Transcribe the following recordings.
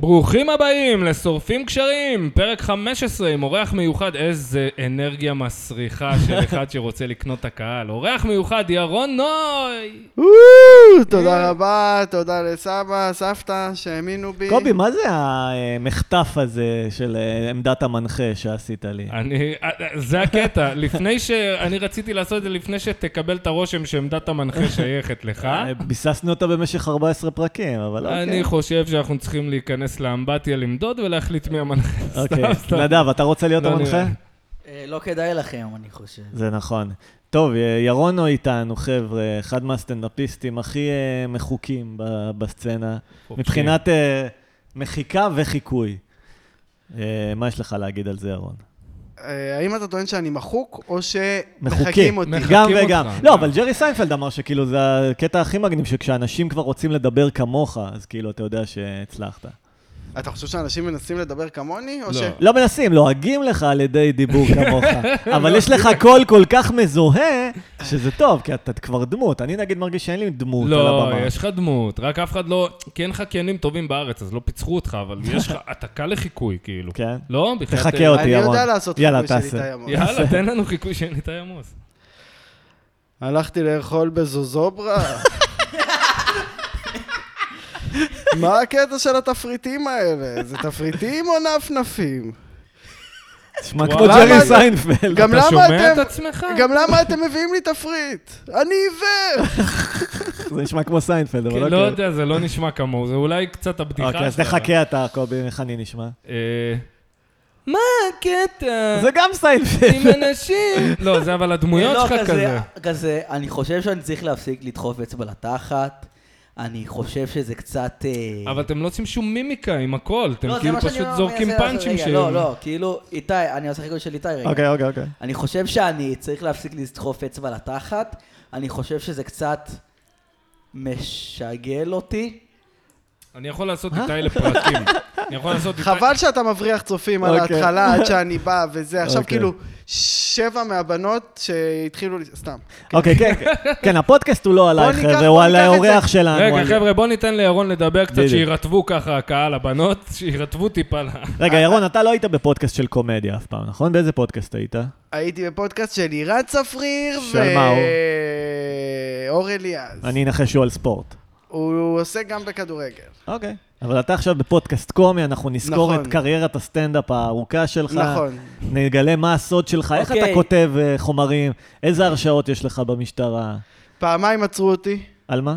ברוכים הבאים לשורפים קשרים, פרק 15 עם אורח מיוחד, איזה אנרגיה מסריחה של אחד שרוצה לקנות את הקהל. אורח מיוחד, ירון נוי! וואו, תודה רבה, תודה לסבא, סבתא, שהאמינו בי. קובי, מה זה המחטף הזה של אה, עמדת המנחה שעשית לי? אני, זה הקטע, לפני ש... אני רציתי לעשות את זה לפני שתקבל את הרושם שעמדת המנחה שייכת לך. אה, ביססנו אותה במשך 14 פרקים, אבל אוקיי. אני חושב שאנחנו צריכים להיכנס לאמבטיה, למדוד ולהחליט מי המנחה. סתם, אוקיי. סתם. נדב, אתה רוצה להיות לא, אני- המנחה? אה, לא כדאי לכם, אני חושב. זה נכון. טוב, אה, ירונו איתנו, חבר'ה, אחד מהסטנדאפיסטים הכי אה, מחוקים ב- בסצנה, חופשי. מבחינת אה, מחיקה וחיקוי. אה, מה יש לך להגיד על זה, ירון? אה, האם אתה טוען שאני מחוק, או מחוקי, שמחקים אותי? מח- גם מחקים וגם. אותך. לא, אבל ג'רי סיינפלד אמר שכאילו זה הקטע הכי מגניב, שכשאנשים כבר רוצים לדבר כמוך, אז כאילו אתה יודע שהצלחת. אתה חושב שאנשים מנסים לדבר כמוני, או לא. ש... לא מנסים, לועגים לך על ידי דיבור כמוך, אבל יש לך קול כל כך מזוהה, שזה טוב, כי אתה כבר דמות. אני נגיד מרגיש שאין לי דמות על לא, הבמה. יש לך דמות, רק אף אחד לא... כי אין לך קיינים טובים בארץ, אז לא פיצחו אותך, אבל יש לך... אתה קל לחיקוי, כאילו. כן. לא? בחייאת תחכה אלוהים. אותי, אני ירון. יודע לעשות יאללה, חיקוי של תעשה. איתי עמון. יאללה, תן לנו חיקוי של ניתאי עמוס. הלכתי לאכול בזוזוברה. מה הקטע של התפריטים האלה? זה תפריטים או נפנפים? תשמע, וואו. כמו למה ג'רי אני- סיינפלד. גם אתה למה כן. שומע את אתם... עצמך? גם למה אתם מביאים לי תפריט? אני עיוור! זה נשמע כמו סיינפלד, כן, אבל לא אוקיי. יודע, זה לא נשמע כמוהו, זה אולי קצת הבדיחה אוקיי, אז תחכה אתה, קובי, איך אני נשמע. אה, מה הקטע? זה גם סיינפלד. אנשים... לא, זה אבל הדמויות לא, שלך כזה. כזה, אני חושב שאני צריך להפסיק לדחוף אצבע לתחת. אני חושב שזה קצת... אה, אבל אתם לא עושים שום מימיקה עם הכל, אתם לא, זה כאילו מה שאני פשוט מנסה זורקים לעשות. פאנצ'ים רגע, שהם... לא, לא, כאילו, איתי, אני עושה חיקוי של איתי רגע. אוקיי, אוקיי, אוקיי. אני חושב שאני צריך להפסיק לדחוף אצבע לתחת. אני חושב שזה קצת משגל אותי. אני יכול לעשות איתי לפרקים. אני יכול לעשות איתי... חבל שאתה מבריח צופים על אוקיי. ההתחלה עד שאני בא וזה. עכשיו אוקיי. כאילו, שבע מהבנות שהתחילו... ל- סתם. אוקיי, כן, כן. כן, הפודקאסט הוא לא עלייך, ניקח- בוא חבר'ה, הוא על ניקח את האורח זה. שלנו. רגע, על- חבר'ה, בוא ניתן לירון לדבר קצת, בדיוק. שירטבו ככה הקהל, הבנות, שירטבו טיפה ל... רגע, ירון, אתה לא היית בפודקאסט של קומדיה אף פעם, נכון? באיזה פודקאסט היית? הייתי בפודקאסט של לירן צפריר של מה הוא? ואור אליעז. אני אנחש שהוא על ספורט. הוא עושה גם בכדורגל. אוקיי. אבל אתה עכשיו בפודקאסט קומי, אנחנו נזכור נכון. את קריירת הסטנדאפ הארוכה שלך. נכון. נגלה מה הסוד שלך, איך אוקיי. אתה כותב אה, חומרים, איזה הרשעות יש לך במשטרה, פעמיים עצרו אותי. על מה?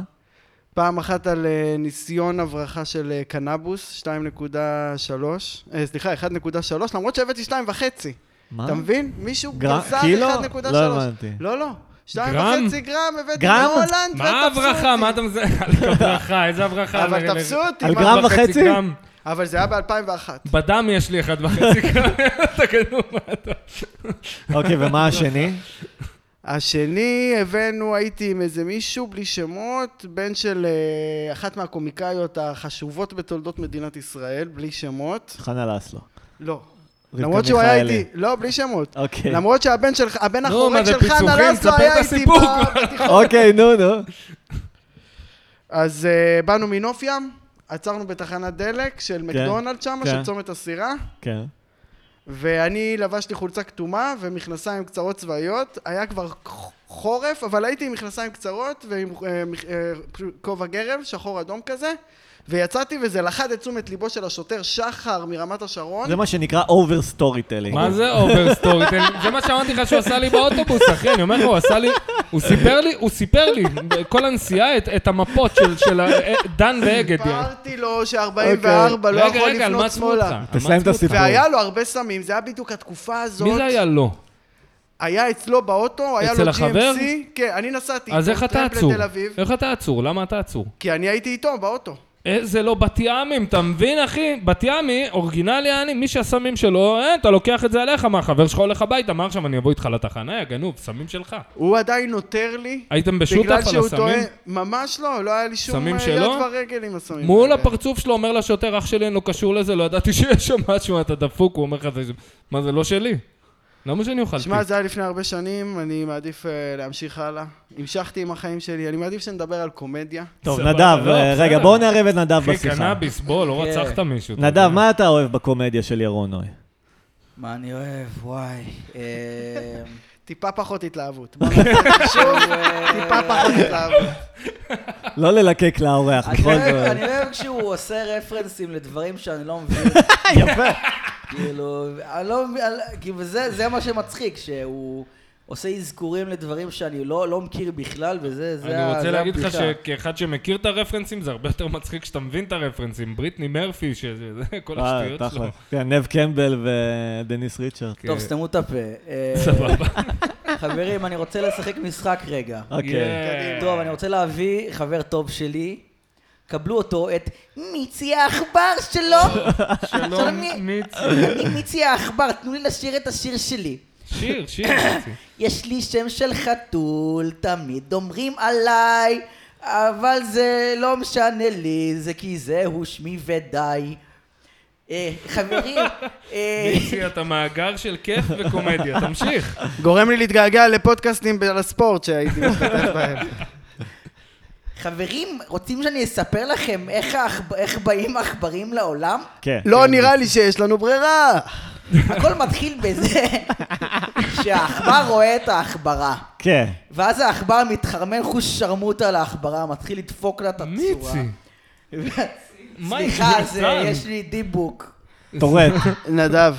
פעם אחת על אה, ניסיון הברחה של אה, קנבוס, 2.3, אה, סליחה, 1.3, למרות שהבאתי 2.5. מה? אתה מבין? מישהו גרם- גזר קילו? 1.3. לא הבנתי. לא, לא. 2.5 גרם? גרם הבאתי גרם? מהולנד ותפסו אותי. מה ההברחה? מה אתה מזה? הברחה, איזה הברחה? אבל תפסו אותי. על מה- גרם? אחד וחצי? גרם. אבל זה היה ב-2001. בדם יש לי אחד וחצי גרם, תגידו מה אתה... אוקיי, ומה השני? השני, הבאנו, הייתי עם איזה מישהו, בלי שמות, בן של אה, אחת מהקומיקאיות החשובות בתולדות מדינת ישראל, בלי שמות. חנה לסלו. לא. רבקה למרות שהוא היה מיכאלי. איתי, לא, בלי שמות. אוקיי. למרות שהבן שלך, הבן נו, החורג מה זה שלך, פיצוחים? נלסו, ספר היה את איתי הסיפור. ב- אוקיי, נו, נו. אז אה, באנו מנוף ים, עצרנו בתחנת דלק של מקדונלד שם, של כן. צומת הסירה, כן. ואני לבשתי חולצה כתומה ומכנסיים קצרות צבאיות. היה כבר חורף, אבל הייתי עם מכנסיים קצרות ועם אה, מכ- אה, פשוט כובע גרב, שחור אדום כזה. ויצאתי וזה לחד את תשומת ליבו של השוטר שחר מרמת השרון. זה מה שנקרא אובר סטורי טלינג. מה זה אובר סטורי? זה מה שאמרתי לך שהוא עשה לי באוטובוס, אחי, אני אומר לך, הוא עשה לי... הוא סיפר לי, הוא סיפר לי, כל הנסיעה, את- את המפות של- של ה- אה, דן ואגד. סיפרתי אוקיי. לו ש-44 לא רגע, יכול רגע, על מה לפנות עצמו אותך? שמאלה. על מה תסיים את עצמו אותך? הסיפור. והיה לו הרבה סמים, זה היה בדיוק התקופה הזאת. מי זה היה לו? היה אצלו באוטו, היה אצל לו החבר? GMC. כן, אני נסעתי. אז איתו, איך אתה טרמפ עצור? לתל אביב, איך אתה עצור? למה אתה עצור? כי אני הייתי איתו באוטו. איזה לא בת ימים, אתה מבין אחי? בת ימי, אורגינלי אני, מי שהסמים שלו, אה, אתה לוקח את זה עליך, מה, חבר שלך הולך הביתה, מה עכשיו אני אבוא איתך לתחנה, יא גנוב, סמים שלך. הוא עדיין נותר לי. הייתם בשותף בגלל על שהוא הסמים? טועה, ממש לא, לא היה לי שום סמים אה, שלו? יד ורגל עם הסמים. מול האלה. הפרצוף שלו אומר לשוטר, אח שלי אין לו קשור לזה, לא ידעתי שיש שם משהו, אתה דפוק, הוא אומר לך, "זה- מה זה לא שלי? למה שאני אוכל שמע, פיתה? זה היה לפני הרבה שנים, אני מעדיף אה, להמשיך הלאה. המשכתי עם החיים שלי, אני מעדיף שנדבר על קומדיה. טוב, סבבה, נדב, לא, אה, רגע, בסדר. בואו נערב את נדב אחי, בשיחה. קנאביס, בוא, לא כן. רצחת מישהו. אתה יודע. נדב, מה אתה אוהב בקומדיה של ירון נוי? מה אני אוהב, וואי. אה, טיפה פחות התלהבות. בוא נעשה שוב, טיפה פחות התלהבות. לא ללקק לאורח, נכון? אני בכל אוהב- זאת. אני אוהב כשהוא עושה רפרנסים לדברים שאני לא מבין. יפה. כאילו, אני לא מבין, אני- כאילו, זה זה מה שמצחיק, שהוא עושה אזכורים לדברים שאני לא לא מכיר בכלל, וזה זה ה- אני רוצה זה להגיד לך הבדיחה. שכאחד שמכיר את הרפרנסים, זה הרבה יותר מצחיק שאתה מבין את הרפרנסים. בריטני מרפי, שזה זה, כל אה, השטויות שלו. תכל'ס. כן, נב קמבל ודניס ריצ'רד. כן. טוב, סתמו את הפה. אה, סבבה. חברים, אני רוצה לשחק משחק רגע. אוקיי. יאה. טוב, אני רוצה להביא חבר טוב שלי. קבלו אותו, את מיצי העכבר שלו. שלום, שלום, מי- לא מיצי. אני מיצי העכבר, תנו לי לשיר את השיר שלי. שיר, שיר, אה. מיצי. יש לי שם של חתול, תמיד אומרים עליי, אבל זה לא משנה לי, זה כי זהו שמי ודי. אה, חברים, אה, מיצי, אתה מאגר של כיף וקומדיה, תמשיך. גורם לי להתגעגע לפודקאסטים על הספורט שהייתי משתתף בהם. חברים, רוצים שאני אספר לכם איך העכב- איך באים עכברים לעולם? כן. לא נראה לי שיש לנו ברירה. הכל מתחיל בזה שהעכבר רואה את העכברה. כן. ואז העכבר מתחרמן חוש שרמוטה לעכברה, מתחיל לדפוק לה את הצורה. מיצי. מה סליחה, עם זה, גרסן? יש לי דיבוק. טורט. נדב,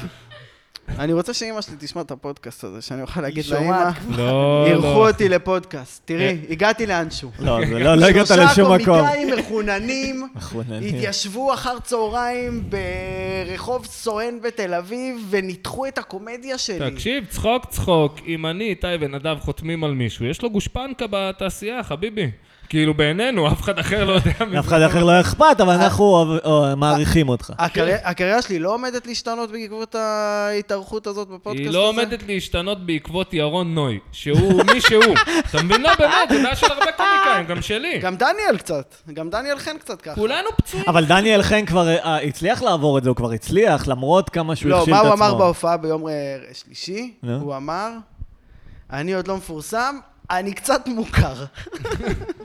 אני רוצה שאימא שלי תשמע את הפודקאסט הזה, שאני אוכל להגיד היא לאימא, שומעת לא, אירחו לא. אה. אותי לפודקאסט. תראי, הגעתי לאנשהו. לא, זה לא לא הגעת לשום מקום. אוקיי. שלושה קומיקאים מחוננים, מחוננים. התיישבו אחר צהריים ברחוב סואן בתל אביב, וניתחו את הקומדיה שלי. תקשיב, צחוק צחוק, אם אני, איתי ונדב חותמים על מישהו, יש לו גושפנקה בתעשייה, חביבי. כאילו בעינינו, אף אחד אחר לא יודע מזה. לאף אחד אחר לא אכפת, אה, אבל אנחנו אוהב- אוהב- מעריכים אותך. הקרי- הקריירה שלי לא עומדת להשתנות בעקבות ההתארכות הזאת בפודקאסט הזה? היא לא עומדת להשתנות בעקבות ירון נוי, שהוא מי שהוא. אתה מבין? לא, באמת, זה דעה של הרבה קומיקאים, גם שלי. גם דניאל קצת, גם דניאל חן קצת ככה. כולנו פצועים. אבל דניאל חן כבר אה, הצליח לעבור את זה, הוא כבר הצליח, למרות כמה שהוא לא, הכשיל את מה עצמו. הוא אמר בהופעה ביום אה, שלישי? נו. הוא אמר, אני עוד לא מפורסם, אני קצת מוכר.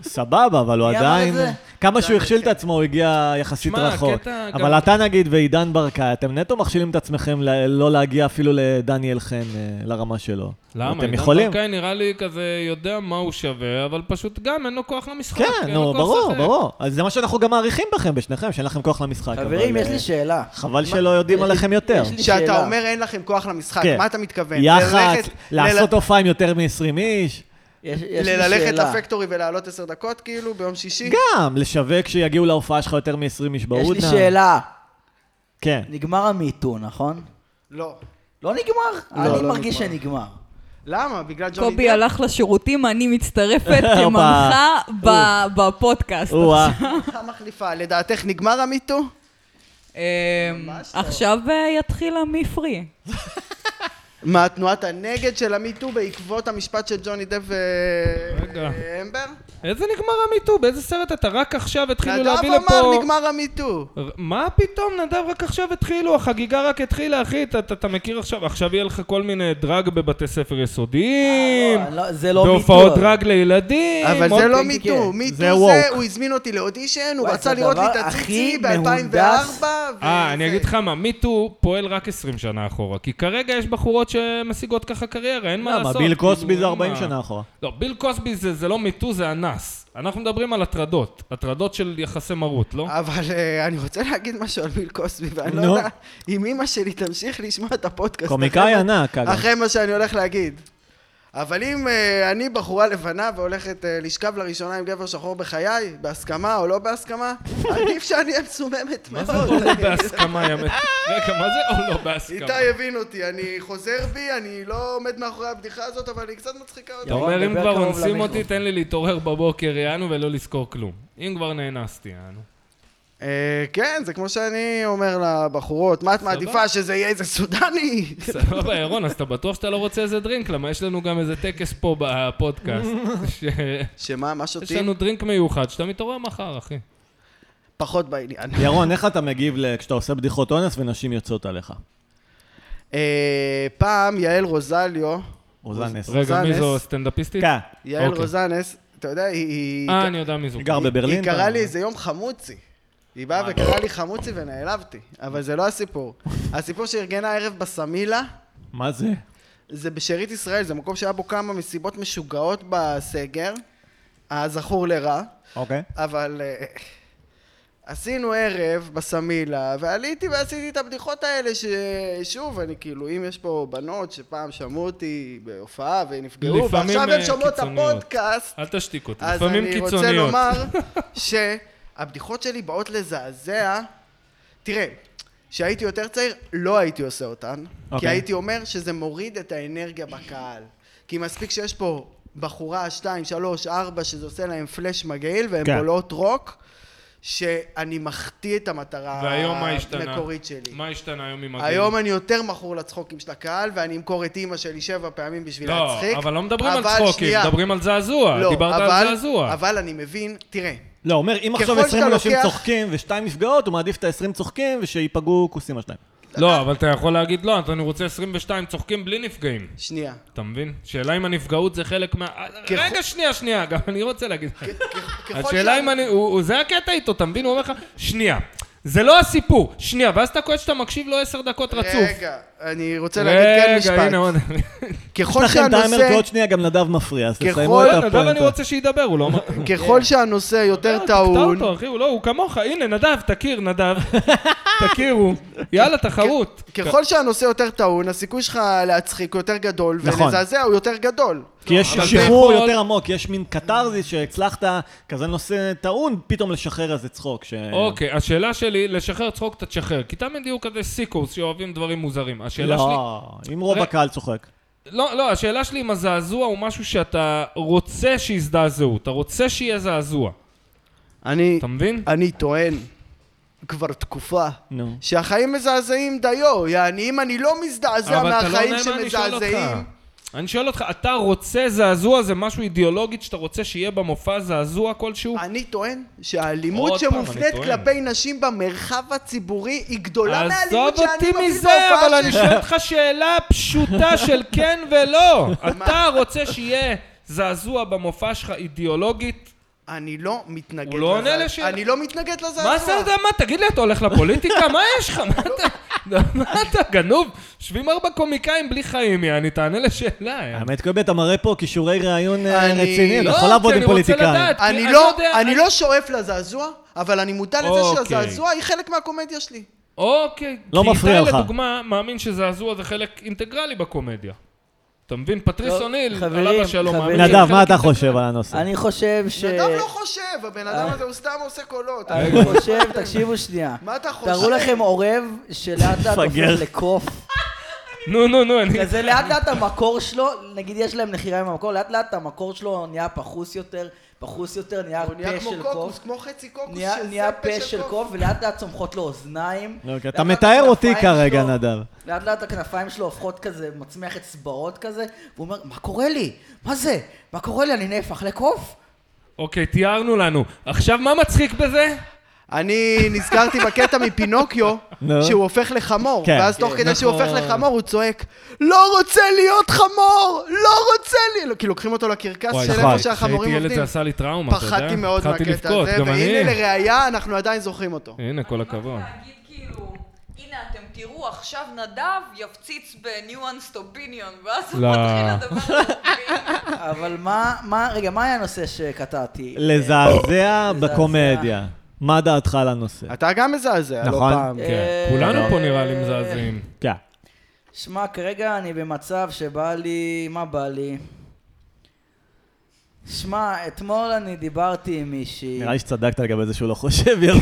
סבבה, אבל הוא מי אמר עדיין... את זה? כמה כן, שהוא הכשיל את עצמו, הוא הגיע יחסית שמע, רחוק. הקטע גם- אבל אתה נגיד ועידן ברקאי, אתם נטו מכשילים את עצמכם ל- לא להגיע אפילו לדניאל חן, אה, לרמה שלו. למה? אתם יכולים. עידן ברקאי נראה לי כזה יודע מה הוא שווה, אבל פשוט גם אין לו כוח למשחק. כן, אין נו, לו כוח ברור, לשחק. ברור. אז זה מה שאנחנו גם מעריכים בכם, בשניכם, שאין לכם כוח למשחק. חברים, אבל, יש אה, לי שאלה. חבל שלא יודעים עליכם יותר. יש לי כשאתה שאלה. אומר אין לכם כוח למשחק, כן. מה אתה מתכוון? יח"צ, ללכת- לעשות הופעה עם יותר מ-20 איש. יש- יש לי ללכת שאלה. לפקטורי ולעלות עשר דקות כאילו ביום שישי? גם, לשווק שיגיעו להופעה שלך יותר מ-20 איש יש לי בהודנה. שאלה. כן. נגמר המיטו, נכון? לא. לא נגמר? לא, אני לא מרגיש נגמר. שנגמר. למה? בגלל ג'וני קובי הלך לשירותים, אני מצטרפת הופה. כמנחה ב- בפודקאסט. או-אה. דפ? המחליפה, לדעתך נגמר המיטו? אמ, ממש לא. עכשיו אה, יתחיל המפרי. מה, תנועת הנגד של המיטו בעקבות המשפט של ג'וני אה, דב רגע. ואמבר? איזה נגמר המיטו? באיזה סרט אתה? רק עכשיו התחילו נדב להביא לפה... אמר נגמר המיטו. ר- מה פתאום, נדב, רק עכשיו התחילו, החגיגה רק התחילה, אחי, אתה- אתה אתה מכיר עכשיו, עכשיו יהיה לך כל מיני דרג בבתי ספר יסודיים, אה, לא, לא, זה לא מיטו. בהופעות דרג לילדים. אבל עוד- זה לא כן, מיטו, כן. מיטו זה, זה woke. הוא הזמין אותי לאודישן, הוא וואי, רצה זה לראות לי את הדבר הציצי הכי מהונדס. ב-2004. אה, אני אגיד לך מה, מיטו פועל רק 20 שנה אחורה, כי כרגע יש בחורות שמשיגות ככה קריירה, אין מה למה? לעשות. לא, ביל כאילו, קוסבי זה אין 40 מה. שנה אחורה. לא, ביל קוסבי זה זה לא מיטו, זה אנס. אנחנו מדברים על הטרדות, הטרדות של יחסי מרות, לא? אבל אה, אני רוצה להגיד משהו על ביל קוסבי, ואני לא נו. יודע אם אימא שלי תמשיך לשמוע את הפודקאסט. קומיקאי אחרי- ענק, אגב. אחרי מה שאני הולך להגיד. אבל אם אה, אני בחורה לבנה והולכת אה, לשכב לראשונה עם גבר שחור בחיי, בהסכמה או לא בהסכמה, עדיף שאני אהיה מסוממת מה מאוד. זה או לא בהסכמה, ימת? רגע, מה זה או לא בהסכמה? אוקיי. איתי הבין אותי, אני חוזר בי, אני לא עומד מאחורי הבדיחה הזאת, אבל היא קצת מצחיקה אותי. אתה ירון, אומר, אם דבר כבר קרוב אונסים למיקרופון." אותי, תן לי להתעורר בבוקר, יענו, ולא לזכור כלום. אם כבר נאנסתי, יענו. אה, כן, זה כמו שאני אומר לבחורות, מה את מעדיפה שזה יהיה איזה סודני? סבבה, ירון, אז אתה בטוח שאתה לא רוצה איזה דרינק? למה יש לנו גם איזה טקס פה בפודקאסט, שיש שמה, מה שותים? לנו דרינק מיוחד שאתה מתעורר מחר, אחי. פחות בעניין. ירון, איך אתה מגיב ל- כשאתה עושה בדיחות אונס ונשים יוצאות עליך? אה, פעם יעל רוזליו, אוזנס. רגע, מי אוזנס. זו סטנדאפיסטית? קה, יעל אוקיי. רוזנס, אתה יודע, היא- היא... אה, אני יודע מי זו. היא גר בברלין. היא קראה פעם. לי איזה יום חמוצי. היא אה. באה וקראה לי חמוצי ונעלבתי, אבל זה לא הסיפור. הסיפור שארגנה הערב בסמילה, מה זה? זה בשארית ישראל, זה מקום שהיה בו כמה מסיבות משוגעות בסגר, הזכור לרע, אוקיי. אבל אה, עשינו ערב בסמילה, ועליתי ועשיתי את הבדיחות האלה, ששוב, אני כאילו, אם יש פה בנות שפעם שמעו אותי בהופעה ונפגעו, לפעמים, ועכשיו הן אה, שומעות את קיצוניות. הפודקאסט, אל תשתיק אותי, אז לפעמים אני רוצה קיצוניות. לומר שהבדיחות שלי באות לזעזע. תראה, כשהייתי יותר צעיר, לא הייתי עושה אותן, okay. כי אוקיי. הייתי אומר שזה מוריד את האנרגיה בקהל. כי מספיק שיש פה בחורה, שתיים, שלוש, ארבע, שזה עושה להם פלאש מגעיל, והן כן. בולות רוק, שאני מחטיא את המטרה והיום מה השתנה? אה, המקורית שלי. מה השתנה היום עם הגיל? היום אני יותר מכור לצחוקים של הקהל, ואני אמכור את אימא שלי שבע פעמים בשביל לא, להצחיק. אבל לא מדברים על אבל צחוקים, שנייה, מדברים על זעזוע. לא, אה, דיברת אבל- על זעזוע. אבל אני מבין, תראה, לא, אומר, אם עכשיו ככל 20 שאתה אנשים לוקח- צוחקים ושתיים נפגעות, הוא מעדיף את ה-20 צוחקים ושייפגעו כוסים השניים. אה- לא, אבל אתה יכול להגיד, לא, אני רוצה 22 צוחקים בלי נפגעים. שנייה. אתה מבין? שאלה אם הנפגעות זה חלק מה... רגע, שנייה, שנייה, גם אני רוצה להגיד לך. ככל השאלה שה- אם אני... הוא- הוא- זה הקטע איתו, אתה מבין? הוא אומר לך, שנייה. זה לא הסיפור. שנייה, ואז אתה קולט שאתה מקשיב לו עשר דקות רצוף. רגע, אני רוצה להגיד כן משפט. רגע, הנה עוד... יש ככל לכם טיימר, כי עוד שהנושא... שנייה גם נדב מפריע, אז ככל- תסיימו את נדב, לא, אני הפואנטה. רוצה שידבר, הוא לא אמר... ככל שהנושא יותר אה, תקטע טעון, אותו, אחי, הוא לא, הוא כמוך. הנה, נדב, תכיר, נדב. תכירו. יאללה, תחרות. ככל שהנושא יותר טעון, הסיכוי שלך להצחיק הוא יותר גדול, נכון. ולזעזע הוא יותר גדול. כי יש אבל זה שחרור יכול- יותר עמוק, יש מין קתרזיס שהצלחת, כזה נושא טעון, פתאום לשחרר איזה צחוק. ש- כן. אוקיי, השאלה שלי, לשחרר צחוק אתה תשחרר, כי תמיד יהיו כזה סיקוס שאוהבים דברים מוזרים. השאלה שלי... אה- לא, אם רוב ר- הקהל צוחק. לא, לא, השאלה שלי אם הזעזוע הוא משהו שאתה רוצה שיזדעזעו, אתה רוצה שיהיה זעזוע, אני אתה מבין? אני טוען כבר תקופה נו. שהחיים מזעזעים דיו, יעני אם אני לא מזדעזע אבל אתה לא מהחיים עונה מה אני שואל אותך. שמזעזעים, אני שואל אותך, אתה רוצה זעזוע, זה משהו אידיאולוגית שאתה רוצה שיהיה במופע זעזוע כלשהו? אני טוען עוד שהאלימות פעם, אני שמופנית טוען. כלפי נשים במרחב הציבורי היא גדולה עזוב מהאלימות לא שאני אותי מבין בהופעה שלי. מזה, אבל אני שואל אותך שאלה פשוטה של כן ולא. אתה רוצה שיהיה זעזוע במופע שלך אידיאולוגית? אני לא מתנגד הוא לא לזה. עונה לשאלה. אני לא מתנגד לזה. מה זה, אתה- מה, תגיד לי, אתה הולך לפוליטיקה? מה יש לך? מה אתה, מה אתה, גנוב? יושבים ארבע קומיקאים בלי חיים, יעני, תענה לשאלה. יעני. האמת, קובי, אתה מראה פה כישורי ראיון אה, אני- רציניים, אתה אה- לא, יכול לעבוד כי אני עם רוצה פוליטיקאים. לדעת. אני אני לא, יודע, אני אני- לא שואף לזעזוע, אבל אני מודע לזה אוקיי. שהזעזוע היא חלק מהקומדיה שלי. אוקיי. לא מפריע כי לך. איתי לדוגמה מאמין שזעזוע זה חלק אינטגרלי בקומדיה. אתה מבין? פטריס לא, טוב, אוניל, חברים, עליו השלום, חברים. מאמין שזה נדב, חלק מה אתה אינטגרלי. חושב על הנושא? אני חושב ש... אדם לא חושב, הבן אדם הזה הוא סתם עושה קולות. אני חושב, תקשיבו שנייה. מה אתה חושב? תארו לכם עורב שלאט לאט מפגר. הופך לקוף. נו, נו, נו, אני... כזה לאט לאט המקור שלו, נגיד יש להם נחירה עם המקור, לאט לאט המקור שלו נהיה פחוס יותר, פחוס יותר, נהיה הוא נהיה פה כמו של קוקוס, קוף. כמו חצי קוקוס, נהיה- שזה נהיה פה של קוף, ולאט לאט צומחות לו אוזניים. לא, כי לאט אתה לאט מתאר אותי הכנפיים כרגע, שלו- נדב. לאט לאט הכנפיים שלו הופכות כזה, מצמיח אצבעות כזה, והוא אומר, מה קורה לי? מה זה? מה קורה לי? אני נהפך לקוף? אוקיי, תיארנו לנו. עכשיו, מה מצחיק בזה? אני נזכרתי בקטע מפינוקיו, נו. שהוא הופך לחמור, כן. ואז תוך כן, כדי שהוא נכון. הופך לחמור הוא צועק, לא רוצה להיות חמור! לא רוצה לי! כי לוקחים אותו לקרקס וואי, של נכון. איפה כשהייתי שהחמורים ילד זה עובדים. עשה לי טראומה, אתה יודע? פחדתי מאוד התחלתי מהקטע לבכות, הזה, גם והנה אה, אני. לראיה, אנחנו עדיין זוכרים אותו. כן. הנה, כל הכבוד. להגיד כאילו, הנה אתם תראו עכשיו נדב יפציץ בניואנסט אופיניון, ואז הוא לא. מתחיל לדבר על אופיניון. אבל מה, מה, רגע, מה היה הנושא שקטעתי? לזעזע בקומדיה. מה דעתך על הנושא? אתה גם מזעזע, לא נכון. אה, פעם. כן, כולנו פה נראה לי מזעזעים. אה, כן. שמע, כרגע אני במצב שבא לי... מה בא לי? שמע, אתמול אני דיברתי עם מישהי. נראה לי שצדקת לגבי זה שהוא לא חושב, ירון.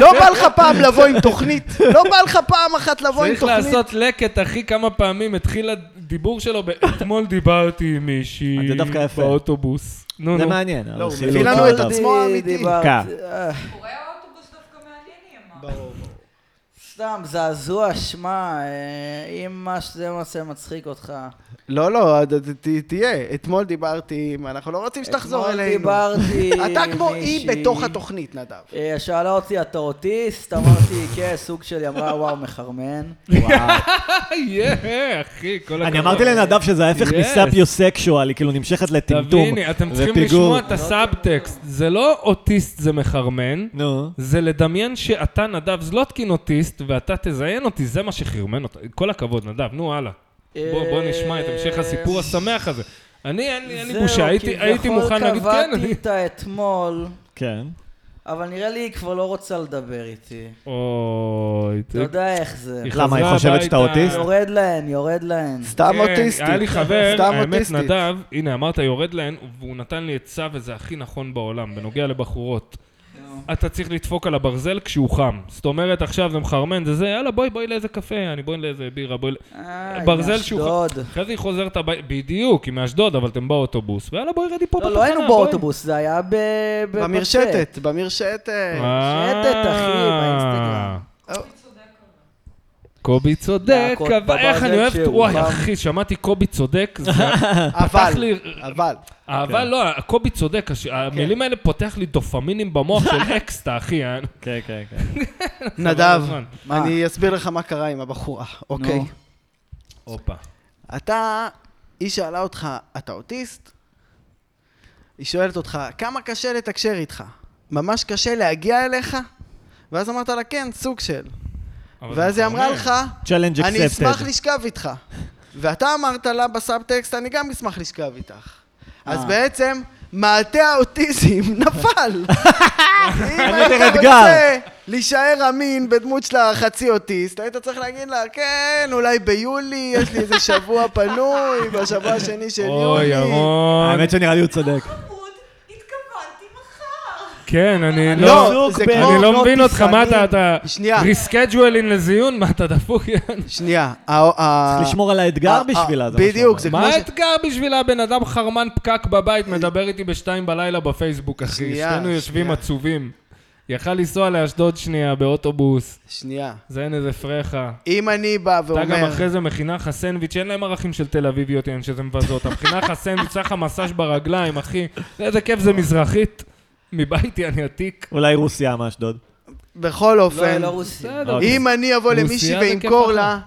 לא בא לך פעם לבוא עם תוכנית, לא בא לך פעם אחת לבוא עם צריך תוכנית. לעשות לקט, אחי, כמה פעמים התחיל הדיבור שלו ב... אתמול דיברתי עם מישהי זה דווקא יפה. באוטובוס. נו, זה נו. מעניין. לא, הוא הרכילות מביא לנו את שלו. עצמו האמיתי. דיברתי- כן. אה, בחורי האוטובוס דווקא מעניינים, מה? סתם, זעזוע, שמע, אה, אם מה שזה מה שמצחיק אותך. לא, לא, ת- ת- תהיה. אתמול דיברתי עם... אנחנו לא רוצים שתחזור אתמול אלינו. דיברתי אתה עם כמו אי מישהי. בתוך התוכנית, נדב. אה, שאלה אותי, אתה אוטיסט? אמרתי, כן, סוג שלי, אמרה, וואו, מחרמן. יא, אה, אחי, כל הכבוד. אני אמרתי לנדב שזה ההפך Yes. מספיוסקשואל, היא כאילו נמשכת לטמטום. תביני, אתם צריכים ופיגור. לשמוע את הסאבטקסט. זה לא אוטיסט זה מחרמן, נו. זה לדמיין שאתה נדב זלוטקין אוטיסט, ואתה תזיין אותי, זה מה שחרמן אותי. כל הכבוד, נדב, נו, הלאה. בוא בוא נשמע את המשך אה, הסיפור השמח הזה. אני, אין לי- אין לי בושה, הייתי הייתי מוכן להגיד כן. כביכול כאילו, קבעתי אני- איתה אתמול, כן. אבל נראה לי היא כבר לא רוצה לדבר איתי. אוי, אתה יודע איך זה. היא למה, היא חזרה חושבת שאתה הביתה. אוטיסט? יורד להן, יורד להן. סתם כן, אוטיסטית. היה לי חבר, סתם האמת אוטיסטית. נדב, הנה אמרת יורד להן, והוא נתן לי עצה וזה הכי נכון בעולם, בנוגע לבחורות. אתה צריך לדפוק על הברזל כשהוא חם. זאת אומרת, עכשיו זה מחרמן, זה זה, יאללה, בואי, בואי לאיזה קפה, אני בואי לאיזה בירה, בואי... ל- אה, ברזל שהוא מאשדוד. חם. אחרי זה היא חוזרת הביתה, בדיוק, היא מאשדוד, אבל אתם באוטובוס, ויאללה, בואי רדי פה לא, בתחנה, לא היינו בואי. באוטובוס, זה היה ב... ב- בפה. במרשתת, במרשתת. אה, שתת, אחי, באינסטגרם. קובי צודק, להכות אבל איך בברזל אני אוהב... כשהוא וואי, חם. אחי, שמעתי קובי צודק, זה אבל, פתח לי אבל. אבל כן. לא, קובי צודק, הש- המילים האלה פותח לי דופמינים במוח של אקסטה, אחי. אה? כן, כן, כן. נדב, הזמן. מה? אני אסביר לך מה קרה עם הבחורה, אוקיי? הופה. אתה, היא שאלה אותך, אתה אוטיסט? היא שואלת אותך, כמה קשה לתקשר איתך? ממש קשה להגיע אליך? ואז אמרת לה, כן, סוג של. אבל נכון. זה ואז היא מחרמן. אמרה לך, Challenge אני אשמח accepted. לשכב איתך. ואתה אמרת לה בסאבטקסט, אני גם אשמח לשכב איתך. אז אה. בעצם, מעטה האוטיזם נפל. אם היית יותר אתגר. רוצה להישאר אמין בדמות של החצי אוטיסט, היית צריך להגיד לה, כן, אולי ביולי, יש לי איזה שבוע פנוי, בשבוע השני של אוי, יולי. ירון. האמת שנראה לי הוא צודק. אה, חמוד, התכוונתי מחר. כן, אני לא... לא, זה בדיוק, כמו... אני לא מבין אותך, אוטיסט, מה אני- אתה, אתה... שנייה. ריסקג'ואלין לזיון? מה, אתה דפוק? יעני? שנייה. ה- ה- צריך לשמור על האתגר ה- בשבילה, ה- זה מה שהוא אה, בדיוק, אומר. זה כמו... מה ש- האתגר בשביל הבן אדם חרמן פקק בבית מדבר איתי בשתיים בלילה בפייסבוק, אחי? שנייה, שנינו יושבים שנייה. עצובים. יכל לנסוע לאשדוד שנייה באוטובוס, שנייה. זה אין איזה פרחה. אם אני בא ואומר... אתה גם אחרי זה מכינה לך סנדוויץ', אין להם ערכים של תל אביביות, אין שזה מבזה אותם. מכינה לך סנדוויץ', עושה לך מסאז' ברגליים, אחי. איזה כיף זה מזרחית. מבית יעני עתיק. אולי רוסיה מאשדוד. בכל לא, אופן, לא רוסי. בסדר. אם אני אבוא אוקיי. רוסיה למישהי זה כיף ואמכור אחר. לה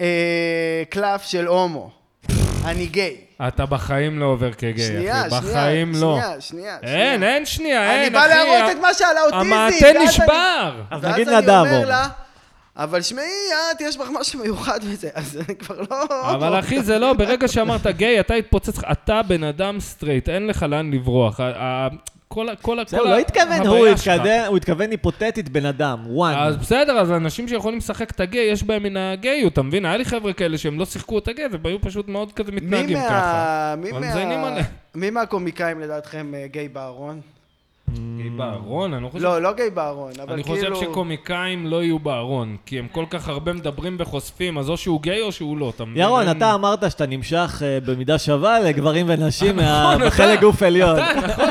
אה, קלף של הומו, אני גיי. אתה בחיים לא עובר כגיי, שנייה, אחי. שנייה, בחיים לא. שנייה, שנייה. אין, אין שנייה, אין, אני אחי. בא להראות את מה שעל האוטיזם. המעטה ואז אני- נשבר. אז ואז נגיד אני נדב. אומר אור. לה, אבל שמעי, את, יש בך משהו מיוחד וזה, אז אני כבר לא... אבל אחי, זה לא, ברגע שאמרת גיי, אתה התפוצץ, לך. אתה בן אדם סטרייט, אין לך לאן לברוח. ה- ה- כל ה... כל ה- זהו, כל לא ה- התכוון, הוא ההוויה שלך. התכוון- הוא התכוון היפותטית בן אדם, וואן. אז בסדר, אז אנשים שיכולים לשחק את הגיי, יש בהם מן הגאיות, אתה מבין? היה לי חבר'ה כאלה שהם לא שיחקו את הגיי, והם היו פשוט מאוד כזה מי מתנהגים ככה. מה... מי אבל מזיינים מה... עליהם. מי מי מהקומיקאים לדעתכם אה, גיי בארון? בארון, אני לא חושב... לא, לא גיי בארון, אבל כאילו... אני חושב שקומיקאים לא יהיו בארון, כי הם כל כך הרבה מדברים וחושפים, אז או שהוא גיי או שהוא לא, אתה מבין? ירון, אין- אתה אמרת שאתה נמשך אה, במידה שווה לגברים ונשים מה- נכון, אתה- בחלק גוף עליון. נכון.